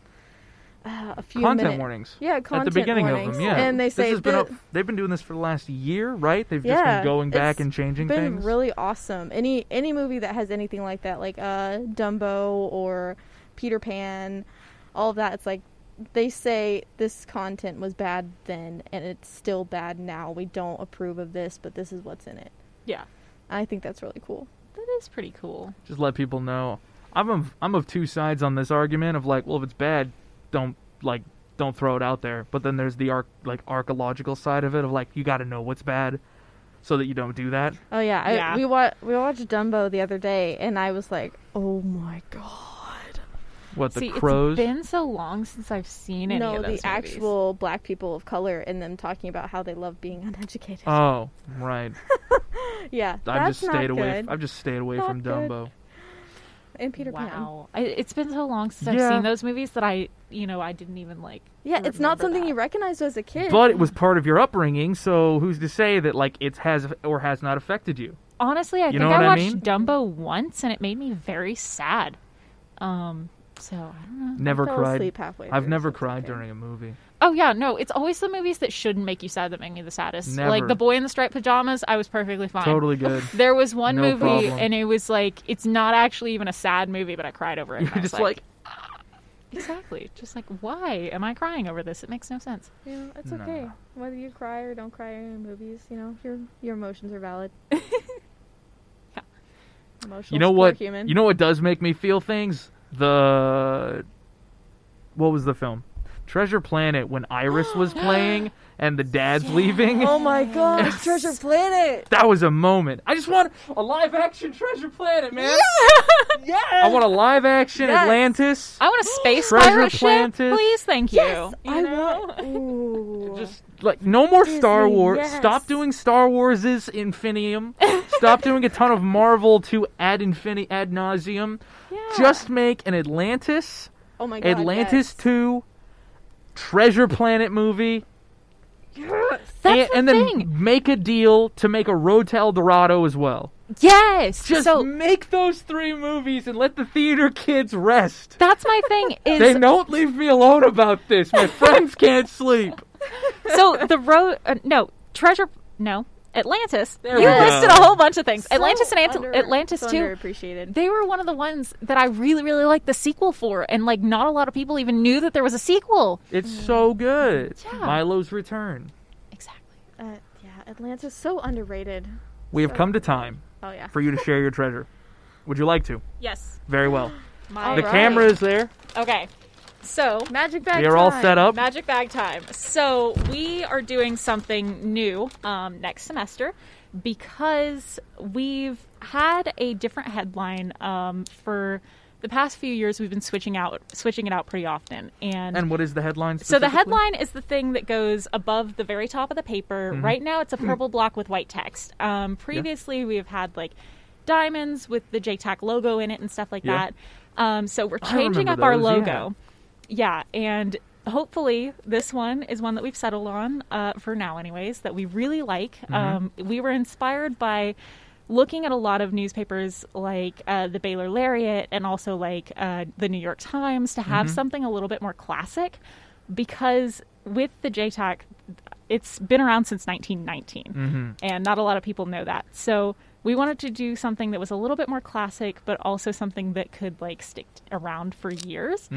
S5: uh, a few
S1: Content
S5: minute-
S1: warnings.
S5: Yeah, content
S1: at the beginning of
S5: warnings.
S1: them, yeah.
S5: And they
S1: This
S5: say
S1: has been
S5: "Thi-
S1: up- they've been doing this for the last year, right? They've just
S5: Yeah,
S1: been going back
S5: it's
S1: and changing
S5: been
S1: things.
S5: really awesome. Any any movie that has anything like that, like uh, Dumbo or Peter Pan, all of that. It's like they say this content was bad then, and it's still bad now. We don't approve of this, but this is what's in it.
S2: Yeah.
S5: I think that's really cool.
S2: That is pretty cool.
S1: just let people know. I'm of, I'm of two sides on this argument of like, well, if it's bad, don't like don't throw it out there. But then there's the arc like archaeological side of it of like you got to know what's bad, so that you don't do that.
S5: Oh yeah, I,
S2: Yeah.
S5: we wa- we watched Dumbo the other day, and I was like, oh my god.
S1: What the
S2: See,
S1: crows?
S2: it's been so long since I've seen any of
S5: no, the
S2: those movies.
S5: actual black people of color, and them talking about how they love being uneducated.
S1: Oh, right.
S5: yeah,
S1: I've
S5: that's
S1: just
S5: not
S1: stayed
S5: good.
S1: away. I've just stayed away
S5: Not
S1: from
S5: good.
S1: Dumbo.
S5: and Peter Pan.
S2: wow. I, it's been so long since
S1: Yeah.
S2: I've seen those movies that I, you know, I didn't even like.
S5: Yeah, it's not
S2: remember
S5: something
S2: that.
S5: you recognized as a kid.
S1: But it was part of your upbringing, so who's to say that like it has or has not affected you?
S2: Honestly, I
S1: You
S2: think
S1: know what
S2: I
S1: I
S2: watched
S1: mean?
S2: Dumbo once and it made me very sad. Um, so I don't know.
S1: Never
S5: I fell
S1: cried.
S5: Asleep halfway
S1: I've
S5: through, so
S1: never
S5: it's
S1: cried
S5: okay.
S1: during a movie.
S2: Oh yeah, no, it's always the movies that shouldn't make you sad that make me the saddest. Like
S1: Never.
S2: the boy in the striped pajamas, I was perfectly fine.
S1: Totally good.
S2: There was one
S1: No
S2: movie
S1: problem.
S2: and it was like it's not actually even a sad movie, but I cried over it.
S1: You're
S2: and I was
S1: just like,
S2: exactly, just like why am I crying over this? It makes no sense.
S5: Yeah, it's
S1: Nah.
S5: okay. Whether you cry or don't cry in movies, you know your your emotions are valid. Emotional.
S1: you know
S5: support
S1: what?
S5: Human.
S1: You know what does make me feel things? The what was the film? Treasure Planet when Iris was playing and the dad's leaving.
S5: Oh my God! Treasure Planet.
S1: That was a moment. I just want a live action Treasure Planet, man.
S5: Yes.
S1: I want a live action
S5: Yes.
S1: Atlantis.
S2: I want a space
S1: Treasure
S2: pirate ship,
S1: Planted.
S2: please. Thank you.
S5: Yes,
S2: You
S5: I
S2: know?
S5: want. Ooh.
S1: Just like no more Star
S5: Disney,
S1: Wars.
S5: yes.
S1: Stop doing Star Wars's Infinium. Stop doing a ton of Marvel to ad infini ad nauseum. Just make an Atlantis.
S5: oh my God.
S1: Atlantis
S5: yes.
S1: 2, Treasure Planet movie,
S2: That's
S1: and, and
S2: the
S1: then
S2: thing.
S1: make a deal to make a Road to El Dorado as well.
S2: Yes.
S1: Just
S2: so
S1: make those three movies and let the theater kids rest.
S2: that's my thing is
S1: They don't leave me alone about this. My friends can't sleep.
S2: so the road uh, no treasure no Atlantis.
S1: we
S2: you
S1: go.
S2: listed a whole bunch of things.
S5: So
S2: Atlantis and Ant-
S5: under-
S2: Atlantis
S5: so
S2: too.
S5: Underappreciated.
S2: They were one of the ones that I really really liked the sequel for, and like not a lot of people even knew that there was a sequel.
S1: It's so good.
S2: Yeah.
S1: Milo's return.
S2: Exactly.
S5: Uh, yeah, Atlantis so underrated.
S1: We have
S5: So
S1: come to time
S5: Oh yeah.
S1: for you to share your treasure. Would you like to?
S2: Yes.
S1: Very well.
S2: My
S1: The
S5: All right.
S1: camera is there.
S2: Okay. So
S5: Magic bag.
S1: we are all
S5: time.
S1: set up.
S2: Magic bag time. So we are doing something new um, next semester because we've had a different headline um, for the past few years we've been switching out switching it out pretty often and,
S1: And what is the headline?
S2: so the
S1: specifically?
S2: headline is the thing that goes above the very top of the paper
S1: Mm-hmm.
S2: right now it's a purple block with white text um, previously we've had like diamonds with the jtac logo in it and stuff like
S1: Yeah.
S2: that um, so we're
S1: I
S2: changing up
S1: remember
S2: our
S1: those, yeah.
S2: logo yeah. and hopefully this one is one that we've settled on uh, for now anyways that we really like um, we were inspired by looking at a lot of newspapers like uh, the baylor lariat and also like uh, the new york times to have something a little bit more classic because with the jtac it's been around since 1919 and not a lot of people know that so we wanted to do something that was a little bit more classic but also something that could like stick around for years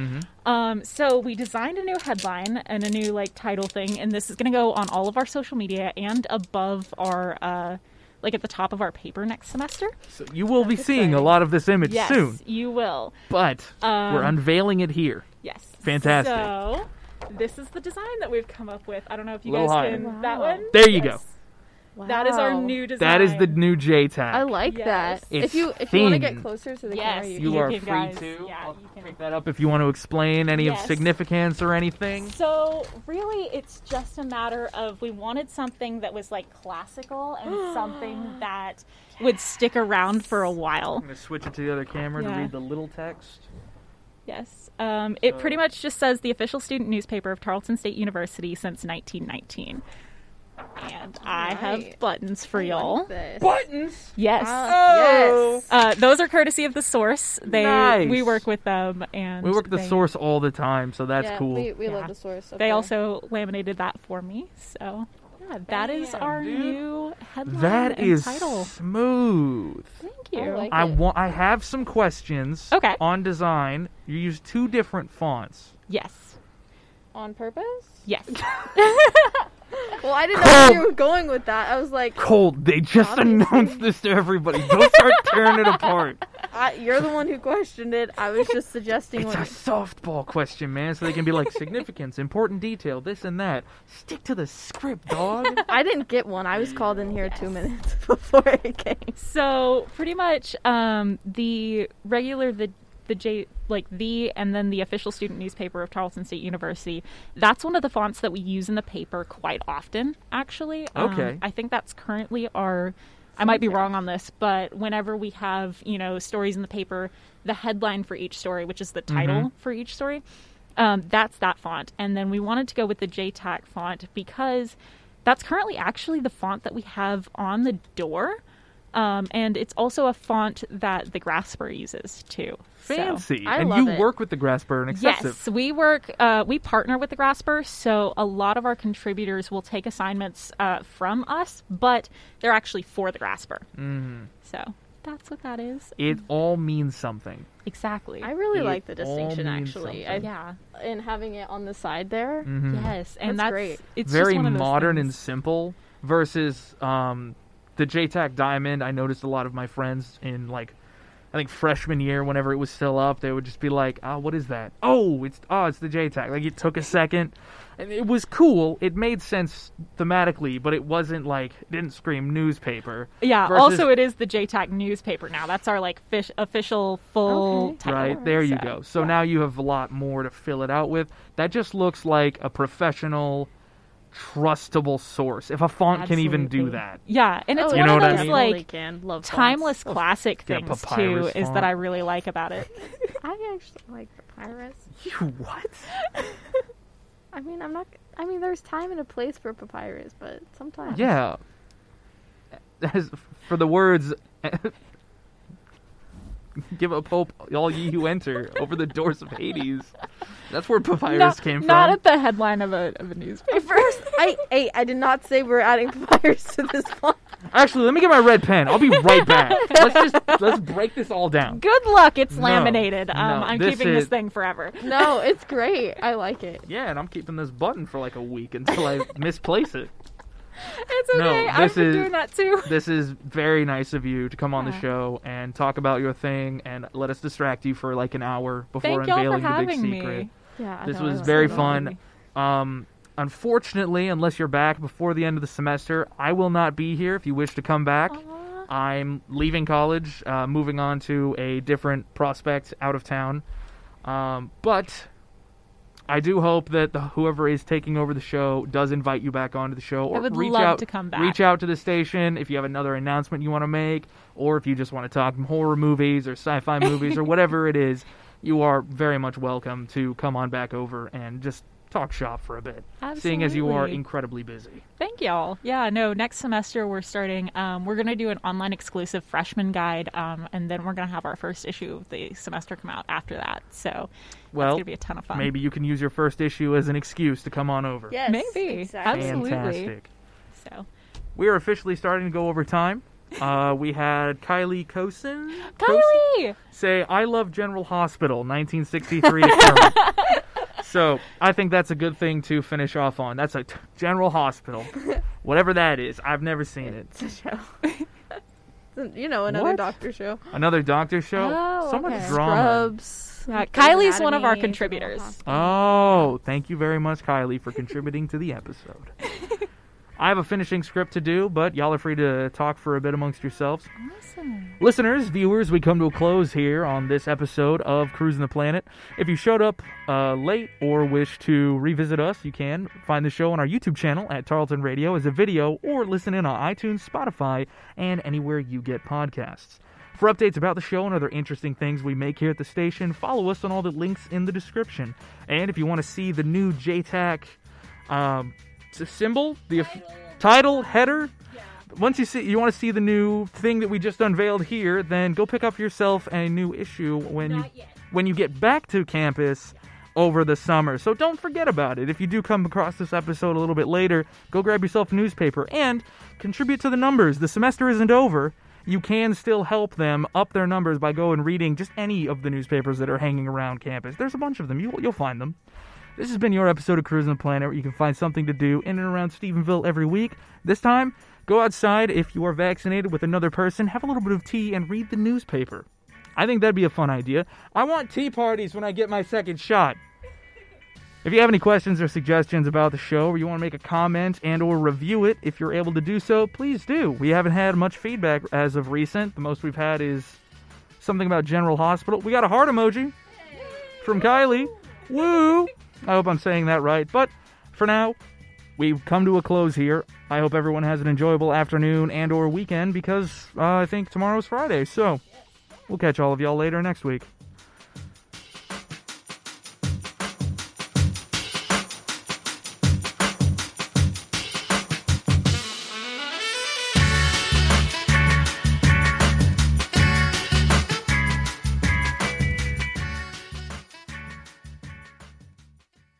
S2: um, so we designed a new headline and a new like title thing, and this is going to go on all of our social media and above our uh, like at the top of our paper next semester.
S1: So you will be seeing a lot of this image
S2: yes,
S1: soon,
S2: you will.
S1: but we're
S2: Um,
S1: unveiling it here.
S2: Yes,
S1: Fantastic.
S2: So this is the design that we've come up with. I don't know if you
S1: Little
S2: guys
S1: higher.
S2: can that
S5: Wow.
S2: one.
S1: There you go.
S5: Wow.
S2: That is our new design.
S1: That is the new JTAG.
S5: I like that.
S1: Yes.
S5: if you if you want to
S1: It's
S5: get closer to the
S2: Yes,
S5: camera, you,
S1: You
S2: can
S1: are free
S2: guys-
S1: to.
S2: Yeah,
S1: I'll
S2: you can.
S1: pick that up if you want to explain any of
S2: Yes.
S1: significance or anything.
S2: So really, it's just a matter of we wanted something that was like classical and something that would stick around for a while.
S1: I'm going to switch it to the other camera to
S2: Yeah.
S1: read the little text.
S2: Yes, um, it pretty
S1: So-
S2: much just says the official student newspaper of Tarleton State University since 1919. And I have
S5: Alright.
S2: buttons for
S5: I
S2: y'all.
S5: like this.
S1: Buttons!
S2: Yes.
S5: Oh, yes.
S2: Uh, those are courtesy of the source. They we
S1: Nice.
S2: work with them, and
S1: We work the
S2: they,
S1: source all the time, so that's
S5: yeah,
S1: cool.
S5: We, we
S2: Yeah.
S5: love the source. up
S2: They
S5: there.
S2: also laminated that for me. So yeah, that is
S1: Damn,
S2: our
S1: dude.
S2: new headline
S1: That
S2: and
S1: is
S2: title.
S1: smooth.
S2: Thank
S5: I
S2: you.
S5: like
S1: I
S5: it.
S1: want. I have some questions.
S2: Okay.
S1: On design, you use two different fonts.
S2: yes.
S5: on purpose.
S2: Yes.
S5: Well, I didn't know where
S1: Cool.
S5: you were going with that. I was like,
S1: Cold. They just
S5: Obviously.
S1: announced this to everybody. Don't start tearing it apart.
S5: I, you're the one who questioned it. I was just suggesting
S1: It's a
S5: what.
S1: softball question, man. So they can be like significance, important detail, this and that. Stick to the script, dog.
S5: I didn't get one. I was called in here two minutes before it came.
S2: So pretty much um, the regular the the J like the and then the official student newspaper of Tarleton State University. That's one of the fonts that we use in the paper quite often, actually. Um,
S1: Okay.
S2: I think that's currently our. I might be wrong on this, but whenever we have you know stories in the paper, the headline for each story, which is the title for each story, um, that's that font. And then we wanted to go with the JTAC font because that's currently actually the font that we have on the door. Um, and it's also a font that the Grasper uses too. So-
S1: Fancy.
S5: I
S1: and
S5: love
S1: you
S5: it.
S1: work with the Grasper and Excessive.
S2: Yes, we work. Uh, we partner with the Grasper, so a lot of our contributors will take assignments uh, from us, but they're actually for the Grasper. Mm.
S1: Mm-hmm.
S2: So that's what that is
S1: It all means something.
S2: exactly.
S5: I really
S1: It
S5: like the
S1: all
S5: distinction,
S1: means
S5: actually, I,
S1: something. Mm-hmm.
S2: yeah.
S5: and having it on the side there.
S2: Yes, and that's,
S5: That's great.
S2: It's just
S1: Mm. Very
S2: one of those
S1: modern and
S2: things.
S1: simple versus um, the JTAC Diamond. I noticed a lot of my friends in like. I think freshman year, whenever it was still up, they would just be like, "Ah, what is that? Oh, it's oh, it's the JTAC." Like it took a second, and it was cool. It made sense thematically, but it wasn't like it didn't scream newspaper.
S2: yeah.
S1: versus-
S2: Also, it is the JTAC newspaper now. That's our like fish, official full
S5: Okay.
S2: title.
S1: right there you
S2: So,
S1: go so now you have a lot more to fill it out with that just looks like a professional trustable source if a font can even do
S2: absolutely.
S1: that
S2: Yeah, and
S5: Oh,
S2: it's
S1: You
S2: one
S1: know
S2: of
S1: what I
S2: those
S1: mean?
S2: like
S5: can. Love
S2: timeless classic
S1: get a
S2: things too
S1: papyrus
S2: is that
S1: font.
S2: I really like about it.
S5: I actually like papyrus.
S1: you what
S5: I mean, I'm not. I mean, there's time and a place for papyrus, but sometimes.
S1: yeah As for the words give up hope all ye who enter over the doors of hades that's where papyrus
S2: not,
S1: came from
S2: not at the headline of a of a newspaper.
S5: First, I hey, I did not say we're adding papyrus to this one.
S1: actually let me get my red pen i'll be right back let's just let's break this all down
S2: Good luck, it's
S1: No,
S2: laminated. um,
S1: no,
S2: I'm
S1: this
S2: keeping
S1: is-
S2: this thing forever.
S5: No, it's great. I like it.
S1: yeah and i'm keeping this button for like a week until i misplace it
S2: It's okay.
S1: No,
S2: I've
S1: this
S2: been
S1: is-
S2: doing that too.
S1: this is very nice of you to come on the
S2: Yeah.
S1: show and talk about your thing and let us distract you for like an hour before
S2: Thank y'all for
S1: unveiling the big
S2: having
S1: secret.
S2: me.
S5: Yeah.
S1: This
S5: no, I
S1: was
S5: like
S1: very
S5: it.
S1: fun. Um, unfortunately, unless you're back before the end of the semester, I will not be here. If you wish to come back, I'm leaving college, uh, moving on to a different prospect out of town. Um, but I do hope that the, whoever is taking over the show does invite you back onto the show, or
S2: would
S1: reach
S2: love
S1: out
S2: to come back.
S1: Reach out to the station if you have another announcement you want to make, or if you just want to talk horror movies or sci-fi movies or whatever it is. You are very much welcome to come on back over and just talk shop for a bit, seeing as you are
S2: Absolutely.
S1: incredibly busy.
S2: Thank y'all. Yeah, no, next semester we're starting, um, we're going to do an online exclusive freshman guide, um, and then we're going to have our first issue of the semester come out after that. So it's
S1: Well,
S2: going to be a ton of fun.
S1: maybe you can use your first issue as an excuse to come on over.
S7: Yes,
S2: Maybe.
S7: Exactly.
S2: Absolutely.
S1: Fantastic.
S2: So,
S1: We are officially starting to go over time. Uh, we had Kylie Cosin
S2: Kylie!
S1: say, I love General Hospital, 1963 to current. So I think that's a good thing to finish off on. That's a t- General Hospital, whatever that is. I've never seen it.
S5: It's a show. you know, another
S1: What?
S5: doctor show.
S1: Another doctor show.
S2: Oh,
S1: so much
S2: okay.
S1: drama.
S5: Scrubs.
S2: Yeah,
S5: Grey's
S2: Kylie's one of our
S5: Anatomy,
S2: contributors.
S5: General
S1: Oh, thank you very much, Kylie, for contributing to the episode. I have a finishing script to do, but y'all are free to talk for a bit amongst yourselves.
S2: Awesome.
S1: Listeners, viewers, we come to a close here on this episode of Cruising the Planet. If you showed up uh, late or wish to revisit us, you can find the show on our YouTube channel at Tarleton Radio as a video or listen in on iTunes, Spotify, and anywhere you get podcasts. For updates about the show and other interesting things we make here at the station, follow us on all the links in the description. And if you want to see the new JTAC um, s- symbol, the title, title header, once you see you want to see the new thing that we just unveiled here, then go pick up yourself a new issue when you when you get back to campus over the summer. So don't forget about it. If you do come across this episode a little bit later, go grab yourself a newspaper and contribute to the numbers. The semester isn't over. You can still help them up their numbers by going and reading just any of the newspapers that are hanging around campus. There's a bunch of them. You, you'll find them. This has been your episode of Cruising the Planet, where you can find something to do in and around Stephenville every week. This time, go outside if you are vaccinated with another person, have a little bit of tea, and read the newspaper. I think that'd be a fun idea. I want tea parties when I get my second shot. If you have any questions or suggestions about the show, or you want to make a comment and or review it, if you're able to do so, please do. We haven't had much feedback as of recent. The most we've had is something about General Hospital. We got a heart emoji from Kylie. Woo! I hope I'm saying that right. But for now, we've come to a close here. I hope everyone has an enjoyable afternoon and or weekend because uh, I think tomorrow's Friday. So we'll catch all of y'all later next week.